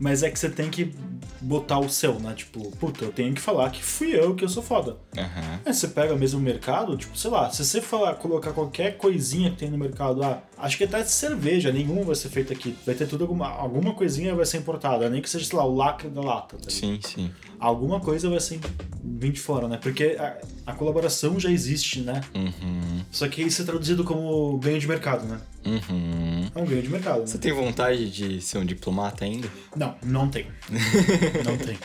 Speaker 3: Mas é que você tem que botar o seu, né? Tipo, puta, eu tenho que falar que fui eu que eu sou foda.
Speaker 1: Aham.
Speaker 3: Aí você pega mesmo o mercado, tipo, sei lá, se você falar, colocar qualquer coisinha que tem no mercado, ah, acho que até de cerveja, nenhuma vai ser feita aqui. Vai ter tudo, alguma, alguma coisinha vai ser importada, nem que seja, sei lá, o lacre da lata. Tá ligado?
Speaker 1: Sim, sim.
Speaker 3: Alguma coisa vai ser vir de fora, né? Porque a, a colaboração já existe, né?
Speaker 1: Uhum.
Speaker 3: Só que isso é traduzido como ganho de mercado, né?
Speaker 1: Uhum.
Speaker 3: É um ganho de mercado.
Speaker 1: Você
Speaker 3: Né?
Speaker 1: tem vontade de ser um diplomata ainda?
Speaker 3: Não, não tem. não tem.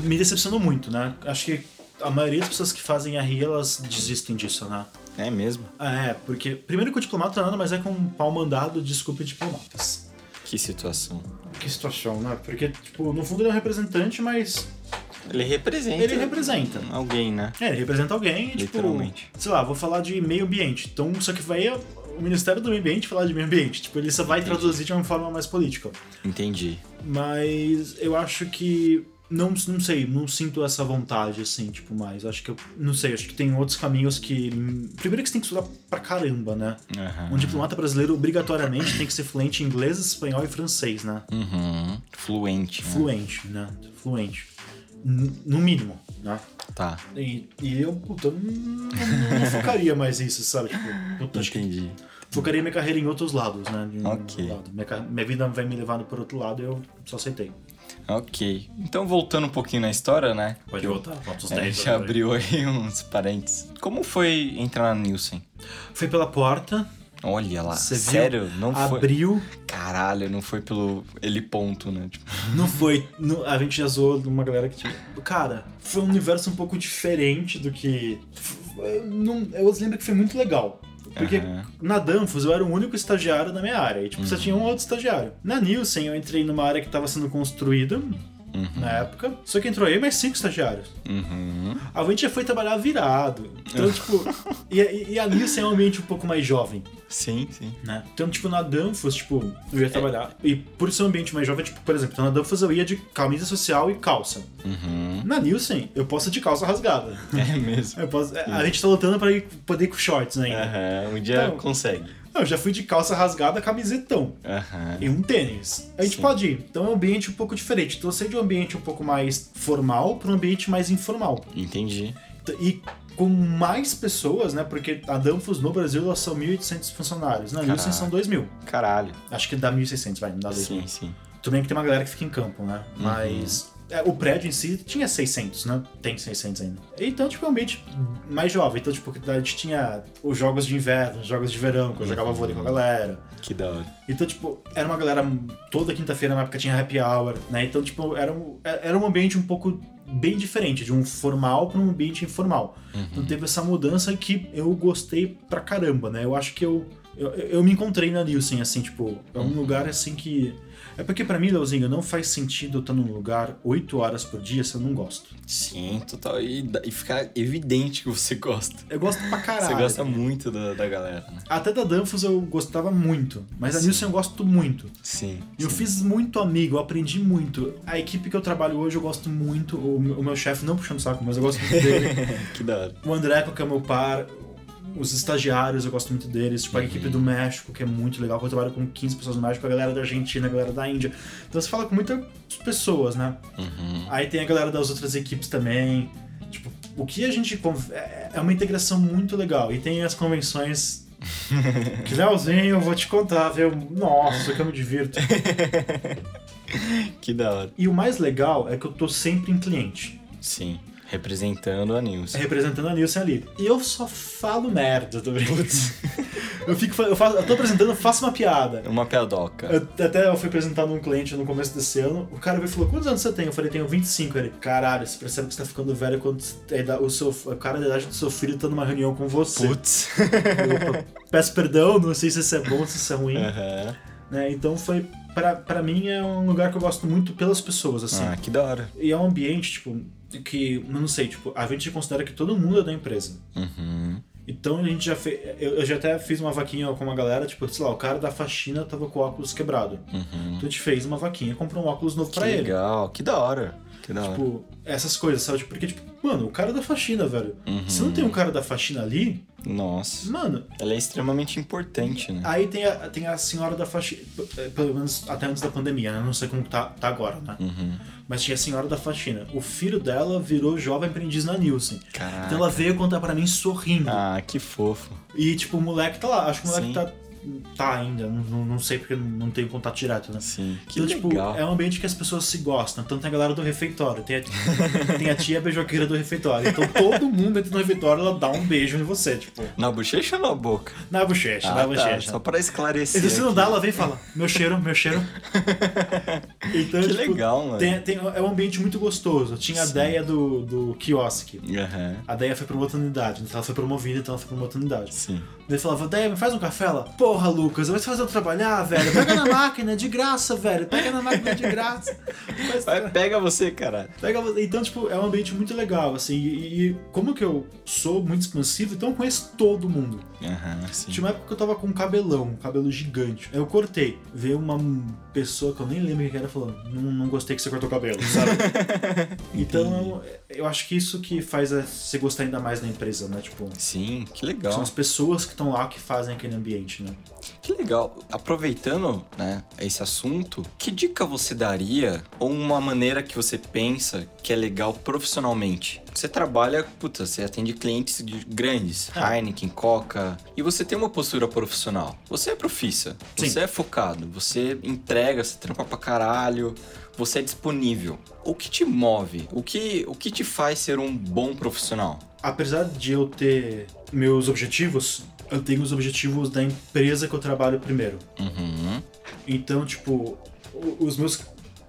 Speaker 3: Me decepcionou muito, né? Acho que a maioria das pessoas que fazem RI, elas desistem disso, né?
Speaker 1: É mesmo?
Speaker 3: É, porque primeiro que o diplomata nada, mas é com um pau mandado, desculpa, diplomatas.
Speaker 1: Que situação.
Speaker 3: Que situação, né? Porque, tipo, no fundo ele é um representante, mas
Speaker 1: Ele representa. né?
Speaker 3: ele representa.
Speaker 1: Alguém, né?
Speaker 3: É, ele representa alguém e, tipo,
Speaker 1: Literalmente.
Speaker 3: sei lá, vou falar de meio ambiente. Então, só que vai o Ministério do Meio Ambiente falar de meio ambiente. Tipo, ele só vai traduzir de uma forma mais política.
Speaker 1: Entendi.
Speaker 3: Mas eu acho que. Não, não sei, não sinto essa vontade, assim, tipo, mais. Acho que eu. Não sei, acho que tem outros caminhos que. Primeiro que você tem que estudar pra caramba, né?
Speaker 1: Aham.
Speaker 3: Um diplomata brasileiro obrigatoriamente tem que ser fluente em inglês, espanhol e francês, né?
Speaker 1: Uhum. Fluente. né?
Speaker 3: Fluente, né? Fluente. N- No mínimo, né?
Speaker 1: Tá.
Speaker 3: E, e eu, puta, eu não, não, não focaria mais nisso, sabe? Tipo, puta, acho que
Speaker 1: Entendi.
Speaker 3: focaria minha carreira em outros lados, né? De um
Speaker 1: Ok.
Speaker 3: lado. Minha, car- minha vida vai me levando por outro lado e eu só aceitei.
Speaker 1: Ok. Então, voltando um pouquinho na história, né?
Speaker 3: Pode voltar. Falta uns
Speaker 1: A
Speaker 3: 10
Speaker 1: gente abriu aí uns parênteses. Como foi entrar na Nielsen?
Speaker 3: Foi pela porta,
Speaker 1: Olha lá.
Speaker 3: Você viu?
Speaker 1: Sério? Não foi.
Speaker 3: abriu.
Speaker 1: Caralho, não foi pelo ele ponto, né? Tipo,
Speaker 3: Não foi. não- a gente já zoou de uma galera que, tipo, cara, foi um universo um pouco diferente do que. Eu, não- eu lembro que foi muito legal. Porque
Speaker 1: Aham. Uhum.
Speaker 3: na Danfoss eu era o único estagiário da minha área. E, tipo, só tinha um outro estagiário. Na Nielsen eu entrei numa área que tava sendo construída na época. Só que entrou eu e mais cinco estagiários.
Speaker 1: uhum.
Speaker 3: A gente já foi trabalhar virado. Então, tipo. E, e- e a Nielsen é um ambiente um pouco mais jovem
Speaker 1: Sim, sim.
Speaker 3: né? Então, tipo, na Danfoss, tipo, eu
Speaker 1: É.
Speaker 3: ia trabalhar. E por ser um ambiente mais jovem, tipo, por exemplo, então na Danfoss eu ia de camisa social e calça.
Speaker 1: Uhum.
Speaker 3: Na Nielsen, eu posso ir de calça rasgada.
Speaker 1: É mesmo.
Speaker 3: Eu posso- a gente tá lutando pra ir, poder ir com shorts ainda.
Speaker 1: Aham. Um dia
Speaker 3: Então-
Speaker 1: consegue.
Speaker 3: Não, eu já fui de calça rasgada, camisetão
Speaker 1: Aham.
Speaker 3: e um tênis. A gente
Speaker 1: Sim.
Speaker 3: pode ir. Então é um ambiente um pouco diferente. Então eu saí de um ambiente um pouco mais formal pra um ambiente mais informal.
Speaker 1: Entendi.
Speaker 3: T- E com mais pessoas, né? Porque a Danfoss no Brasil, elas são 1.800 funcionários. Na Nielsen são 2.000.
Speaker 1: Caralho.
Speaker 3: Acho que dá 1.600, vai, não dá 2.000.
Speaker 1: Sim, sim.
Speaker 3: Tudo bem que tem uma galera que fica em campo, né? Mas é, o prédio em si tinha 600, né? Tem 600 ainda. Então, tipo, é um ambiente mais jovem. Então, tipo, a gente tinha os jogos de inverno, os jogos de verão, que eu jogava vôlei com a galera.
Speaker 1: Que da hora.
Speaker 3: Então, tipo, era uma galera... Toda quinta-feira, na época, tinha happy hour, né? Então, tipo, era um, era um ambiente um pouco bem diferente, de um formal para um ambiente informal.
Speaker 1: Uhum.
Speaker 3: Então teve essa mudança que eu gostei pra caramba, né? Eu acho que eu, eu, eu me encontrei na Nielsen, assim, tipo, é
Speaker 1: Uhum.
Speaker 3: um lugar assim que. É porque pra mim, Leozinho, não faz sentido eu estar num lugar 8 horas por dia se eu não gosto.
Speaker 1: Sim, total. E, da- e ficar evidente que você gosta.
Speaker 3: Eu gosto pra caralho.
Speaker 1: Você gosta muito da, da galera, né?
Speaker 3: Até da Danfos eu gostava muito, mas a
Speaker 1: Sim.
Speaker 3: Nielsen eu gosto muito.
Speaker 1: Sim.
Speaker 3: Eu fiz muito amigo, eu aprendi muito. A equipe que eu trabalho hoje eu gosto muito. O, meu- o meu chefe, não puxando o saco, mas eu gosto muito dele.
Speaker 1: Que da hora.
Speaker 3: O André, que é meu par, os estagiários, eu gosto muito deles. Tipo, a equipe do México, que é muito legal, que eu trabalho com 15 pessoas no México, a galera da Argentina, a galera da Índia. Então você fala com muitas pessoas, né?
Speaker 1: Uhum.
Speaker 3: Aí tem a galera das outras equipes também. Tipo, o que a gente. conv- É é uma integração muito legal. E tem as convenções Que Leozinho, eu vou te contar, viu? Nossa, que eu me divirto.
Speaker 1: Que da hora.
Speaker 3: E o mais legal é que eu tô sempre em cliente.
Speaker 1: Sim, representando a News.
Speaker 3: representando a Nielsen ali. E eu só falo merda, tô brincando. Eu, fico, fa- eu, faço, eu tô apresentando, eu faço uma piada.
Speaker 1: Uma piadoca.
Speaker 3: Eu- até eu fui apresentar num cliente no começo desse ano, o cara me falou, quantos anos você tem? Eu falei, tenho 25. Ele, caralho, você percebe que você tá ficando velho quando a idade- o, seu, o cara da idade do seu filho tá numa reunião com você.
Speaker 1: Putz.
Speaker 3: Eu peço perdão, não sei se isso é bom, se isso é ruim.
Speaker 1: Aham.
Speaker 3: Né? Então foi... Pra, pra mim é um lugar que eu gosto muito pelas pessoas, assim.
Speaker 1: Ah, que da hora.
Speaker 3: E é um ambiente, tipo, que, eu não sei, tipo, a gente considera que todo mundo é da empresa.
Speaker 1: Uhum.
Speaker 3: Então a gente já fez. Eu, eu já até fiz uma vaquinha com uma galera, tipo, sei lá, o cara da faxina tava com o óculos quebrado.
Speaker 1: Uhum.
Speaker 3: Então a gente fez uma vaquinha e comprou um óculos novo
Speaker 1: Que
Speaker 3: pra ele.
Speaker 1: legal. Que da hora. Que da hora.
Speaker 3: Tipo, essas coisas, sabe? Porque, tipo, mano, o cara da faxina, velho.
Speaker 1: Tipo,
Speaker 3: Se não tem um cara da faxina ali,
Speaker 1: Uhum. Nossa.
Speaker 3: mano,
Speaker 1: um- Ela é extremamente importante, né?
Speaker 3: aí tem a, tem a senhora da faxina. Pelo menos até antes da pandemia, né? Não sei como tá, tá agora, né?
Speaker 1: Uhum.
Speaker 3: Mas tinha a senhora da faxina. O filho dela virou jovem aprendiz na Nielsen.
Speaker 1: Caraca.
Speaker 3: Então ela veio contar pra mim sorrindo.
Speaker 1: Ah, que fofo.
Speaker 3: E, tipo, o moleque tá lá. Acho que o moleque
Speaker 1: Sim.
Speaker 3: tá, tá ainda. Não, não- não sei porque não- não tenho contato direto, né?
Speaker 1: Sim. Que
Speaker 3: então, tipo,
Speaker 1: legal.
Speaker 3: é um ambiente que as pessoas se gostam. Então tem a galera do refeitório, tem a, tem a tia beijoqueira do refeitório. Então todo mundo entra no refeitório, ela dá um beijo em você, tipo,
Speaker 1: Na bochecha ou na boca?
Speaker 3: na bochecha,
Speaker 1: Ah,
Speaker 3: na
Speaker 1: tá.
Speaker 3: bochecha.
Speaker 1: Só pra
Speaker 3: E
Speaker 1: esclarecer.
Speaker 3: se não
Speaker 1: aqui.
Speaker 3: dá, ela vem e fala, meu cheiro, meu cheiro. Então,
Speaker 1: Que
Speaker 3: tipo,
Speaker 1: legal, mano.
Speaker 3: tem- tem- é um ambiente muito gostoso. Tinha a ideia do, do quiosque.
Speaker 1: Aham.
Speaker 3: A Deia foi pra uma outra unidade, então ela foi promovida, então ela foi pra uma outra unidade.
Speaker 1: Sim.
Speaker 3: Daí falava, Daí, me faz um café? Ela, porra, Lucas, vai se fazer eu trabalhar, velho. Pega na máquina, é de graça, velho. Pega na máquina, é de graça. Faz-
Speaker 1: Vai, pega você, cara.
Speaker 3: Pega, então, tipo, é um ambiente muito legal, assim. E, e como que eu sou muito expansivo, então eu conheço todo mundo.
Speaker 1: Aham, sim.
Speaker 3: Tinha uma época que eu tava com um cabelão, um cabelo gigante. Aí eu cortei. Veio uma pessoa que eu nem lembro quem era falando, não, não gostei que você cortou o cabelo, sabe? então, eu, eu acho que isso que faz a- você gostar ainda mais da empresa, né? Tipo,
Speaker 1: Sim, que
Speaker 3: são
Speaker 1: legal.
Speaker 3: as pessoas que estão lá que fazem aquele ambiente, né?
Speaker 1: Que legal. Aproveitando, né, esse assunto, que dica você daria ou uma maneira que você pensa que é legal profissionalmente? Você trabalha, puta, você atende clientes de- grandes,
Speaker 3: Ah.
Speaker 1: Heineken, Coca, e você tem uma postura profissional. Você é profissa,
Speaker 3: Sim.
Speaker 1: você é focado, você entrega, você trampa pra caralho, você é disponível. O que te move? O que, o que te faz ser um bom profissional?
Speaker 3: apesar de eu ter meus objetivos, eu tenho os objetivos da empresa que eu trabalho primeiro.
Speaker 1: Uhum.
Speaker 3: Então, tipo, o- os meus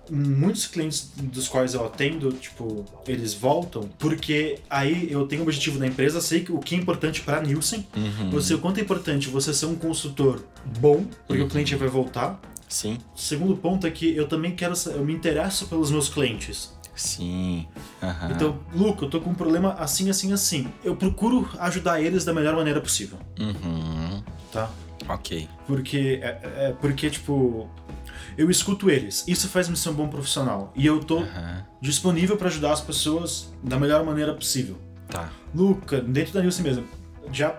Speaker 3: muitos clientes dos quais eu atendo, tipo, eles voltam porque aí eu tenho o objetivo da empresa, sei que o que é importante pra Nielsen,
Speaker 1: Uhum.
Speaker 3: eu sei o quanto é importante você ser um consultor bom, porque o
Speaker 1: Uhum.
Speaker 3: cliente vai voltar.
Speaker 1: Sim.
Speaker 3: Segundo ponto é que eu também quero, sa- eu me interesso pelos meus clientes.
Speaker 1: Sim. Aham.
Speaker 3: Então, Luca, eu tô com um problema assim, assim, assim. Eu procuro ajudar eles da melhor maneira possível,
Speaker 1: Uhum.
Speaker 3: tá?
Speaker 1: Ok.
Speaker 3: Porque, é, é- porque tipo, eu escuto eles. Isso faz me ser um bom profissional. E eu tô
Speaker 1: Aham.
Speaker 3: disponível pra ajudar as pessoas da melhor maneira possível.
Speaker 1: Tá.
Speaker 3: Luca, dentro da Nielsen mesmo, já...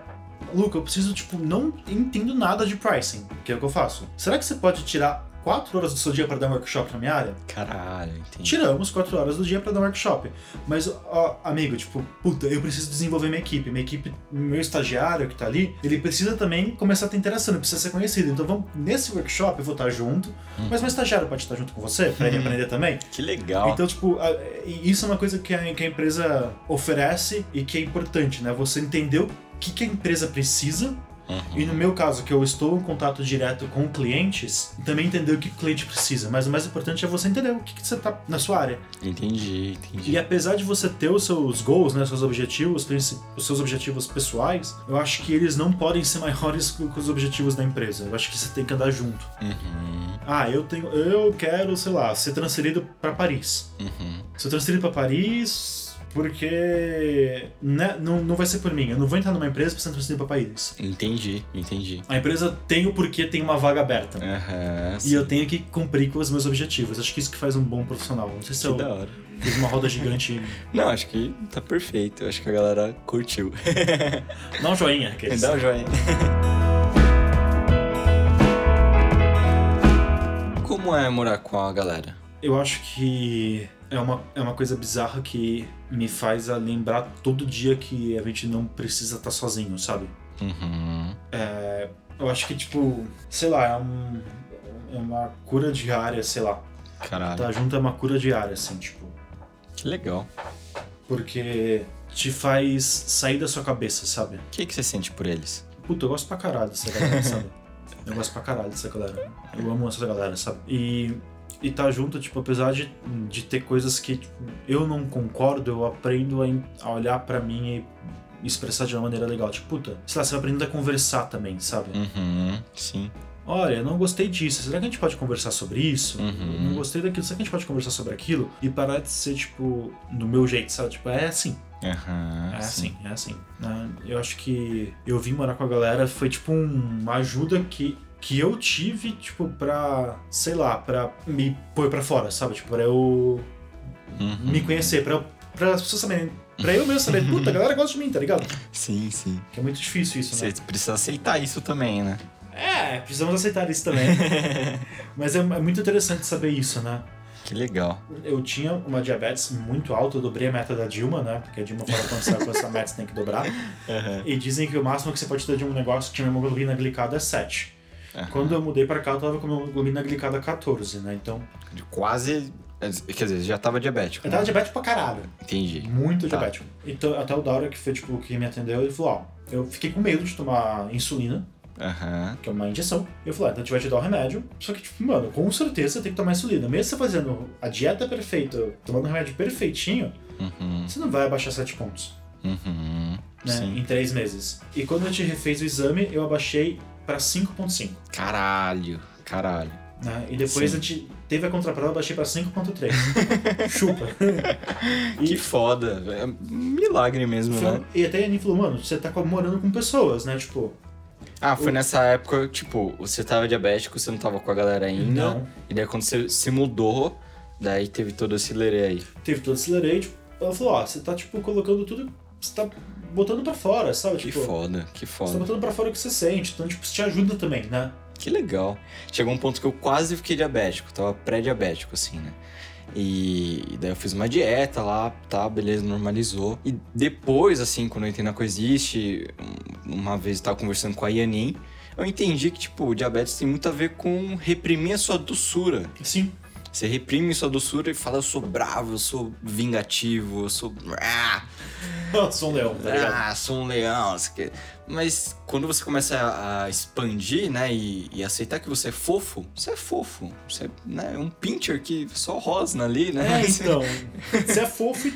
Speaker 3: Luca, eu preciso, tipo, não entendo nada de pricing, que é o que eu faço. Será que você pode tirar quatro horas do seu dia pra dar um workshop na minha área?
Speaker 1: Caralho, entendi.
Speaker 3: Tiramos quatro horas do dia pra dar um workshop. Mas, ó, amigo, tipo, puta, eu preciso desenvolver minha equipe. Minha equipe, meu estagiário que tá ali, ele precisa também começar a ter interação, ele precisa ser conhecido. Então, vamos, nesse workshop eu vou estar junto, mas meu estagiário pode estar junto com você pra ele aprender também.
Speaker 1: Que legal.
Speaker 3: Então, tipo, a- e isso é uma coisa que a, que a empresa oferece e que é importante, né? Você entender o que, que a empresa precisa.
Speaker 1: Uhum.
Speaker 3: E no meu caso, que eu estou em contato direto com clientes, também entender o que o cliente precisa. Mas o mais importante é você entender o que, que você tá na sua área.
Speaker 1: Entendi, entendi.
Speaker 3: E apesar de você ter os seus goals, né, seus objetivos, princi- os seus objetivos pessoais, eu acho que eles não podem ser maiores que que os objetivos da empresa. Eu acho que você tem que andar junto.
Speaker 1: Uhum,
Speaker 3: Ah, eu tenho, eu quero, sei lá, ser transferido para Paris.
Speaker 1: uhum.
Speaker 3: Ser transferido para Paris porque né, não, não vai ser por mim. Eu não vou entrar numa empresa para ser transferido para Paris.
Speaker 1: Entendi, entendi.
Speaker 3: A empresa tem o porquê tem uma vaga aberta.
Speaker 1: Aham,
Speaker 3: E
Speaker 1: sim.
Speaker 3: eu tenho que cumprir com os meus objetivos. Acho que isso que faz um bom profissional. Não sei se
Speaker 1: Que
Speaker 3: eu
Speaker 1: da hora.
Speaker 3: fiz uma roda gigante.
Speaker 1: Não, acho que tá perfeito. Acho que a galera curtiu.
Speaker 3: Dá um joinha, aqueles.
Speaker 1: Dá um joinha. Como é morar com a galera?
Speaker 3: Eu acho que é uma, é uma coisa bizarra que me faz a lembrar todo dia que a gente não precisa estar tá sozinho, sabe?
Speaker 1: Uhum.
Speaker 3: Eu acho que, tipo, sei lá, é um. É uma cura diária, sei lá.
Speaker 1: Caralho.
Speaker 3: Tá junto é uma cura diária, assim, tipo.
Speaker 1: Que legal.
Speaker 3: Porque te faz sair da sua cabeça, sabe?
Speaker 1: O que, que você sente por eles?
Speaker 3: Puta, eu gosto pra caralho dessa galera, sabe? Eu gosto pra caralho dessa galera. Eu amo essa galera, sabe? E, e tá junto, tipo, apesar de, de ter coisas que tipo, eu não concordo, eu aprendo a, en- a olhar pra mim e expressar de uma maneira legal. Tipo, puta, sei lá, você vai aprendendo a conversar também, sabe?
Speaker 1: Uhum. Sim.
Speaker 3: Olha, eu não gostei disso. Será que a gente pode conversar sobre isso?
Speaker 1: Uhum.
Speaker 3: Eu Não gostei daquilo. Será que a gente pode conversar sobre aquilo? E parar de ser, tipo, do meu jeito, sabe? Tipo, é assim.
Speaker 1: Aham.
Speaker 3: É assim, é assim. né? Eu acho que eu vim morar com a galera foi tipo um- uma ajuda que, que eu tive, tipo, pra, sei lá, pra me pôr pra fora, sabe? Tipo, pra eu assim.
Speaker 1: Uhum.
Speaker 3: me conhecer, pra, pra as pessoas saberem. Pra eu mesmo saber, puta, a galera gosta de mim, tá ligado?
Speaker 1: Sim, sim.
Speaker 3: Que é muito difícil isso, né?
Speaker 1: Você precisa aceitar isso também, né?
Speaker 3: É, precisamos aceitar isso também. Mas é, é muito interessante saber isso, né?
Speaker 1: Que legal.
Speaker 3: Eu tinha uma diabetes muito alta, eu dobrei a meta da Dilma, né? Porque a Dilma fala quando você vai passar a meta, você tem que dobrar. E dizem que o máximo que você pode ter de um negócio que tinha uma hemoglobina glicada é 7.
Speaker 1: Aham.
Speaker 3: Quando eu mudei pra cá, eu tava com uma hemoglobina glicada 14, né? Então,
Speaker 1: Quase. é, Quer dizer, já tava diabético.
Speaker 3: eu
Speaker 1: né?
Speaker 3: tava diabético pra caralho.
Speaker 1: Entendi.
Speaker 3: Muito
Speaker 1: Tá.
Speaker 3: diabético. Então, até o Daura, que foi, tipo, que me atendeu, ele falou, ó... Eu fiquei com medo de tomar insulina,
Speaker 1: Aham.
Speaker 3: que é uma injeção. Eu falei, ah, então a gente vai te dar o remédio. Só que, tipo, mano, com certeza tem que tomar insulina. Mesmo você fazendo a dieta perfeita, tomando o remédio perfeitinho,
Speaker 1: Uhum.
Speaker 3: você não vai abaixar 7 pontos.
Speaker 1: Uhum.
Speaker 3: né,
Speaker 1: Sim.
Speaker 3: em três meses. E quando a gente refez o exame, eu abaixei pra 5.5.
Speaker 1: Caralho. Caralho.
Speaker 3: Né? E depois
Speaker 1: Sim.
Speaker 3: a gente teve a contraprova, eu abaixei pra 5.3. Chupa. E-
Speaker 1: Que foda. velho. É um milagre mesmo,
Speaker 3: Foi-
Speaker 1: né?
Speaker 3: E até a Aninha falou, mano, você tá co- morando com pessoas, né? Tipo,
Speaker 1: Ah, foi nessa época, tipo, você tava diabético, você não tava com a galera ainda.
Speaker 3: não.
Speaker 1: E daí quando você se mudou, daí teve todo esse lerê aí.
Speaker 3: Teve todo esse lerê, tipo, ela falou, ó, você tá, tipo, colocando tudo, você tá botando pra fora, sabe?
Speaker 1: Que
Speaker 3: Tipo,
Speaker 1: foda, que
Speaker 3: você tá
Speaker 1: foda.
Speaker 3: botando pra fora o que você sente, então, tipo, isso te ajuda também, né?
Speaker 1: Que legal. Chegou um ponto que eu quase fiquei diabético, tava pré-diabético, assim, né? E e daí eu fiz uma dieta lá, tá, beleza, normalizou. E depois, assim, quando eu entrei na Coexiste, um- uma vez eu tava conversando com a Yanin, eu entendi que, tipo, o diabetes tem muito a ver com reprimir a sua doçura.
Speaker 3: Sim.
Speaker 1: Você reprime sua doçura e fala, eu sou bravo, eu sou vingativo, eu sou... Ah,
Speaker 3: Sou um leão, tá ligado?
Speaker 1: ah, sou um leão. isso que- Mas quando você começa a, a expandir, né, e, e aceitar que você é fofo, você é fofo. Você é né, um pincher que só rosna ali, né?
Speaker 3: É, então. Você é fofo e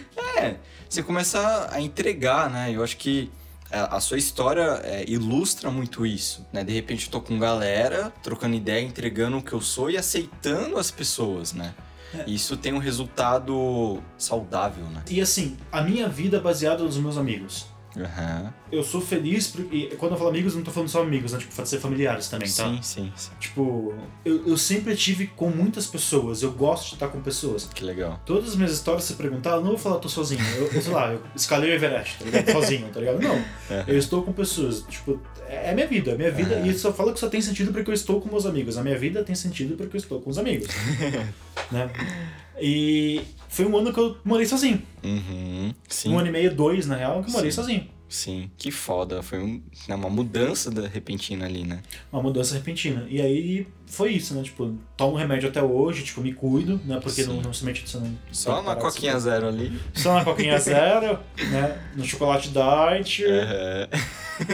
Speaker 1: Você começa a entregar, né? Eu acho que a a sua história é, ilustra muito isso, né? De repente eu tô com galera, trocando ideia, entregando o que eu sou e aceitando as pessoas, né?
Speaker 3: É.
Speaker 1: Isso tem um resultado saudável, né?
Speaker 3: E assim, a minha vida é baseada nos meus amigos.
Speaker 1: Aham.
Speaker 3: Eu sou feliz porque. E quando eu falo amigos, eu não tô falando só amigos, né? Tipo, pode ser familiares também, tá?
Speaker 1: Sim, sim, sim.
Speaker 3: Tipo, eu, eu sempre tive com muitas pessoas, eu gosto de estar com pessoas.
Speaker 1: Que legal.
Speaker 3: Todas as minhas histórias, se perguntar, eu não vou falar que tô sozinho. Eu, eu sei lá, eu escalei o Everest, tá ligado? Sozinho, tá ligado? Não.
Speaker 1: É.
Speaker 3: Eu estou com pessoas. Tipo, é é minha vida, é minha vida.
Speaker 1: Aham.
Speaker 3: E só fala que só tem sentido porque eu estou com meus amigos. A minha vida tem sentido porque eu estou com os amigos. né? E foi um ano que eu morei sozinho.
Speaker 1: Uhum. Sim.
Speaker 3: Um ano e meio, dois, na real, que eu morei
Speaker 1: Sim.
Speaker 3: sozinho.
Speaker 1: Sim. Que foda. Foi um- né, uma mudança da repentina ali, né?
Speaker 3: uma mudança repentina. E aí foi isso, né? Tipo, tomo remédio até hoje, tipo, me cuido, né? Porque
Speaker 1: Sim.
Speaker 3: não, não se mete você não.
Speaker 1: Só
Speaker 3: pode
Speaker 1: uma
Speaker 3: parar de se-
Speaker 1: coquinha zero ali.
Speaker 3: assim. Só uma coquinha zero, né? No chocolate diet.
Speaker 1: Aham.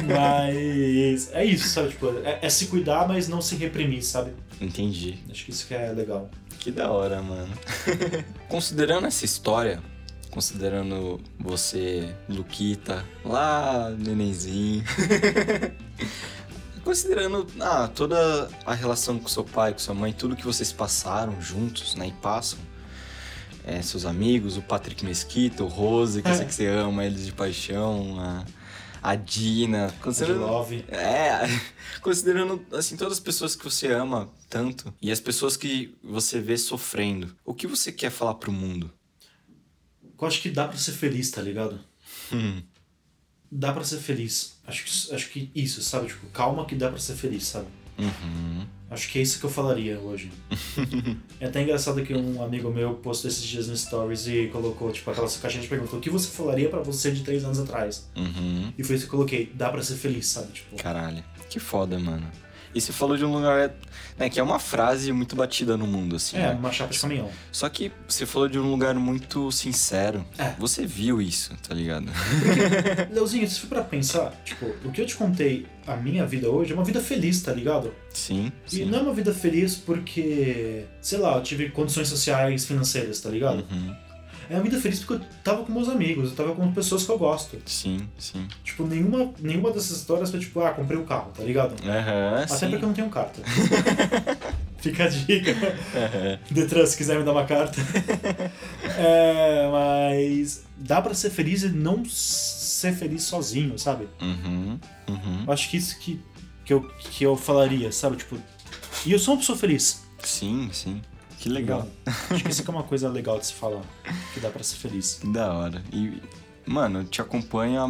Speaker 3: Mas é isso, sabe? Tipo, é, é se cuidar, mas não se reprimir, sabe?
Speaker 1: Entendi.
Speaker 3: Acho que isso que é legal.
Speaker 1: Que da hora, mano. considerando essa história, considerando você, Luquita, lá, nenenzinho. considerando ah, toda a relação com seu pai, com sua mãe, tudo que vocês passaram juntos, né, e passam. é, seus amigos, o Patrick Mesquita, o Rose, que eu sei que você ama eles de paixão, a, a Dina.
Speaker 3: De
Speaker 1: Considerando
Speaker 3: love.
Speaker 1: é, considerando assim todas as pessoas que você ama tanto e as pessoas que você vê sofrendo, o que você quer falar pro mundo?
Speaker 3: Eu acho que dá pra ser feliz, tá ligado?
Speaker 1: Hum.
Speaker 3: Dá pra ser feliz. Acho que, acho que isso, sabe? Tipo, calma que dá pra ser feliz, sabe?
Speaker 1: Uhum.
Speaker 3: Acho que é isso que eu falaria hoje. é até engraçado que um amigo meu postou esses dias no Stories e colocou, tipo, aquela caixinha de pergunta: o que você falaria pra você de três anos atrás?
Speaker 1: Uhum.
Speaker 3: E foi isso que eu coloquei: dá pra ser feliz, sabe? Tipo,
Speaker 1: Caralho. Que foda, mano. E você falou de um lugar. Né, que é uma frase muito batida no mundo, assim.
Speaker 3: é,
Speaker 1: né?
Speaker 3: uma chapa de caminhão.
Speaker 1: Só que você falou de um lugar muito sincero.
Speaker 3: É.
Speaker 1: Você viu isso, tá ligado?
Speaker 3: Leozinho, se for pra pensar, tipo, o que eu te contei, a minha vida hoje, é uma vida feliz, tá ligado?
Speaker 1: Sim.
Speaker 3: E
Speaker 1: sim.
Speaker 3: não é uma vida feliz porque, sei lá, eu tive condições sociais, financeiras, tá ligado?
Speaker 1: Uhum.
Speaker 3: É uma vida feliz porque eu tava com meus amigos, eu tava com pessoas que eu gosto.
Speaker 1: Sim, sim.
Speaker 3: Tipo, nenhuma, nenhuma dessas histórias foi tipo, ah, comprei o um carro, tá ligado?
Speaker 1: Aham,
Speaker 3: Até
Speaker 1: Ah, sim.
Speaker 3: porque eu não tenho carta. Fica a dica.
Speaker 1: Aham.
Speaker 3: Detran, se quiser me dar uma carta. É, mas dá pra ser feliz e não ser feliz sozinho, sabe?
Speaker 1: Uhum. Uhum.
Speaker 3: Eu acho que isso que, que, eu, que eu falaria, sabe? Tipo, e eu sou uma pessoa feliz.
Speaker 1: Sim, sim. Que legal.
Speaker 3: Acho que isso que é uma coisa legal de se falar, que dá pra ser feliz.
Speaker 1: Da hora. E, mano, eu te acompanho há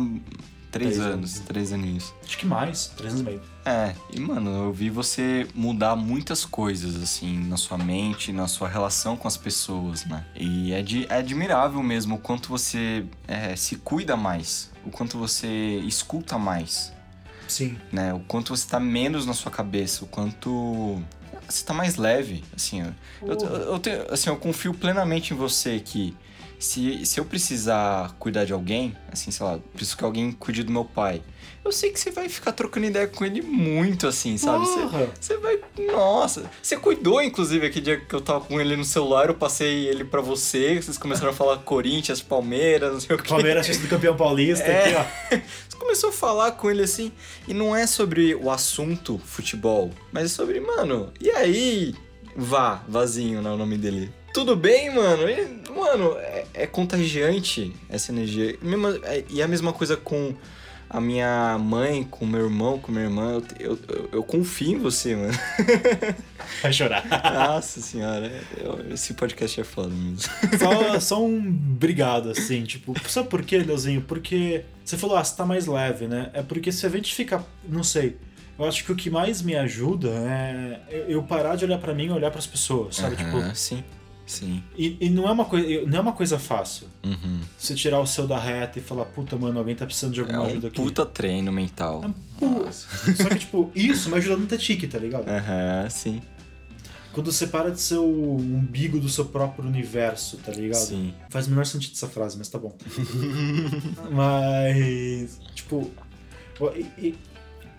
Speaker 1: três,
Speaker 3: Três
Speaker 1: anos, três aninhos.
Speaker 3: Acho que mais, três anos e meio.
Speaker 1: É, e, mano, eu vi você mudar muitas coisas, assim, na sua mente, na sua relação com as pessoas, né? E é, de, é admirável mesmo o quanto você é, se cuida mais, o quanto você escuta mais.
Speaker 3: Sim.
Speaker 1: né? O quanto você tá menos na sua cabeça, o quanto você tá mais leve, assim. eu- Eu, eu, eu tenho- assim, eu confio plenamente em você que se, se eu precisar cuidar de alguém, assim, sei lá, preciso que alguém cuide do meu pai, eu sei que você vai ficar trocando ideia com ele muito, assim, sabe? Você,
Speaker 3: Porra!
Speaker 1: você vai. Nossa! Você cuidou, inclusive, aquele dia que eu tava com ele no celular, eu passei ele pra você, vocês começaram a falar Corinthians, Palmeiras, não sei o quê.
Speaker 3: Palmeiras fez do campeão paulista
Speaker 1: É.
Speaker 3: aqui, ó.
Speaker 1: Você começou a falar com ele assim, e não é sobre o assunto futebol, mas é sobre, mano, e aí? Vá, vazinho, né? O nome dele. Tudo bem, mano? E, mano, é, é contagiante essa energia. Mesma- é- e a mesma coisa com a minha mãe, com meu irmão, com minha irmã. Eu, te- eu, eu, eu confio em você, mano.
Speaker 3: Vai chorar.
Speaker 1: Nossa senhora, eu- esse podcast é foda mesmo.
Speaker 3: Só, só um obrigado, assim, tipo, sabe por quê, Leozinho? Porque você falou, ah, você tá mais leve, né? É porque se a gente ficar, não sei, eu acho que o que mais me ajuda é eu- eu parar de olhar pra mim e olhar pras pessoas, sabe? Tipo,
Speaker 1: Aham, sim, sim.
Speaker 3: e, e não, é uma coisa, não é uma coisa fácil.
Speaker 1: Uhum.
Speaker 3: Você tirar o seu da reta e falar, puta, mano, alguém tá precisando de
Speaker 1: É
Speaker 3: alguma
Speaker 1: um
Speaker 3: ajuda aqui.
Speaker 1: puta treino mental.
Speaker 3: Pô, Só que, tipo, isso me ajuda muito a tique, tá ligado?
Speaker 1: Aham, sim.
Speaker 3: Quando você para de ser o umbigo do seu próprio universo, tá ligado?
Speaker 1: Sim.
Speaker 3: Faz o menor sentido essa frase, mas tá bom. mas, tipo. eu- E, e-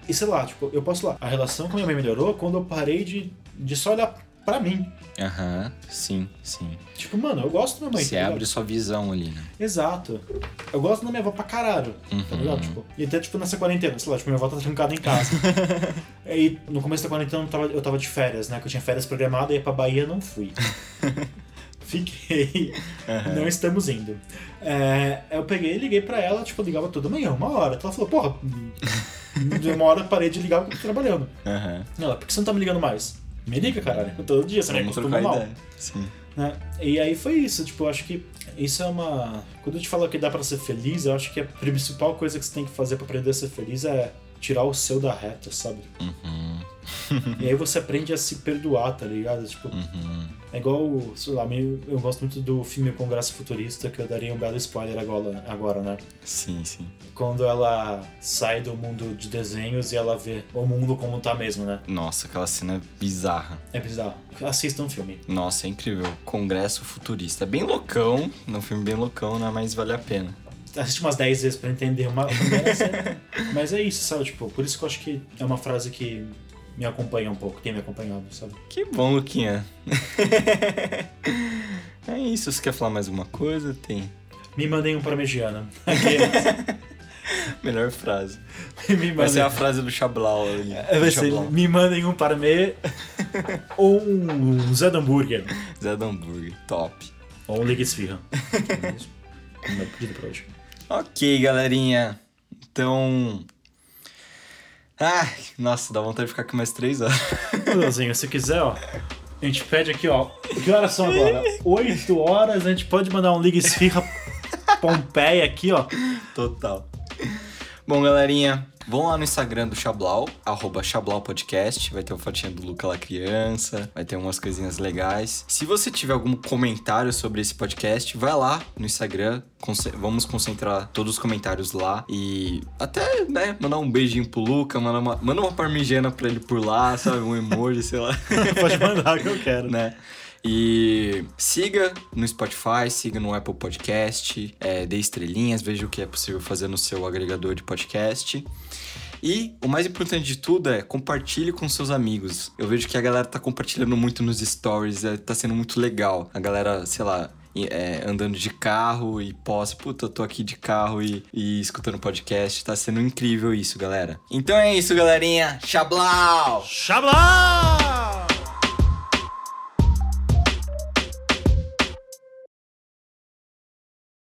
Speaker 3: e sei lá, tipo, eu posso lá. A relação com minha mãe melhorou quando eu parei de, de só olhar pra mim.
Speaker 1: Aham, sim, sim.
Speaker 3: Tipo, mano, eu gosto da minha mãe.
Speaker 1: Você
Speaker 3: tá ligado?
Speaker 1: abre sua visão ali, né? Uhum.
Speaker 3: Exato. Eu gosto da minha avó pra caralho. Tá ligado? Tipo, e até, tipo, nessa quarentena, sei lá, tipo, minha avó tá trancada em casa. e no começo da quarentena eu tava, eu tava de férias, né? Que eu tinha férias programada e ia pra Bahia não fui. Fiquei. Não estamos indo. É, eu peguei e liguei pra ela, tipo, eu ligava toda manhã, uma hora. Então ela falou, porra, de uma hora eu parei de ligar porque eu tô trabalhando.
Speaker 1: Aham.
Speaker 3: Ela, por que você não tá me ligando mais? Me liga, caralho. Todo dia, você me
Speaker 1: Vamos
Speaker 3: acostuma
Speaker 1: trocar
Speaker 3: mal
Speaker 1: ideia. Sim.
Speaker 3: né? E aí foi isso, tipo, eu acho que isso é uma. Quando eu te falo que dá pra ser feliz, eu acho que a principal coisa que você tem que fazer pra aprender a ser feliz é tirar o seu da reta, sabe?
Speaker 1: Uhum,
Speaker 3: E aí você aprende a se perdoar, tá ligado? Tipo,
Speaker 1: uhum.
Speaker 3: é igual, o- sei lá, meio, eu gosto muito do filme Congresso Futurista, que eu daria um belo spoiler agora, agora, né?
Speaker 1: Sim, sim.
Speaker 3: Quando ela sai do mundo de desenhos e ela vê o mundo como tá mesmo, né?
Speaker 1: Nossa, aquela cena bizarra.
Speaker 3: É bizarro. Assistam o filme.
Speaker 1: Nossa, é incrível. Congresso futurista. É bem loucão. É um filme bem loucão, né? Mas vale a pena.
Speaker 3: assiste umas 10 vezes pra entender uma primeira cena. Mas é isso, sabe? Tipo, por isso que eu acho que é uma frase que me acompanha um pouco, tem me acompanhado, sabe?
Speaker 1: Que bom, Luquinha. é isso. Você quer falar mais alguma coisa? Tem.
Speaker 3: Me mandem um pra Mediana.
Speaker 1: Melhor frase.
Speaker 3: me
Speaker 1: Vai ser
Speaker 3: mandem.
Speaker 1: a frase do Chablau ali.
Speaker 3: É, vai
Speaker 1: Do
Speaker 3: ser,
Speaker 1: Chablau.
Speaker 3: me mandem um Parmê ou um Zé do Hambúrguer
Speaker 1: Zé do Hambúrguer. Top.
Speaker 3: ou um Liga Esfirra. É isso. Meu pedido pra hoje.
Speaker 1: Ok, galerinha. Então. Ah, nossa, dá vontade de ficar aqui mais três horas.
Speaker 3: Ô, Leozinho, assim, se quiser, ó, a gente pede aqui, ó. Que horas são agora? 8 horas, a gente pode mandar um Liga Esfirra Pompeia aqui, ó.
Speaker 1: Total. Bom, galerinha, Vão lá no Instagram do Xablau, arroba Xablau Podcast. Vai ter uma fotinha do Luca lá criança, vai ter umas coisinhas legais. Se você tiver algum comentário sobre esse podcast, vai lá no Instagram. conce- Vamos concentrar todos os comentários lá e até, né, mandar um beijinho pro Luca, mandar uma, manda uma parmigiana pra ele por lá, sabe? Um emoji, sei lá
Speaker 3: Pode mandar que eu quero.
Speaker 1: né? E siga no Spotify, siga no Apple Podcast, é, dê estrelinhas, veja o que é possível fazer no seu agregador de podcast. E o mais importante de tudo é compartilhe com seus amigos. Eu vejo que a galera tá compartilhando muito nos stories, é, tá sendo muito legal. A galera, sei lá, e- é, andando de carro e posta, puta, eu tô aqui de carro e, e escutando podcast. Tá sendo incrível isso, galera. Então é isso, galerinha. Xablau!
Speaker 3: Xablau!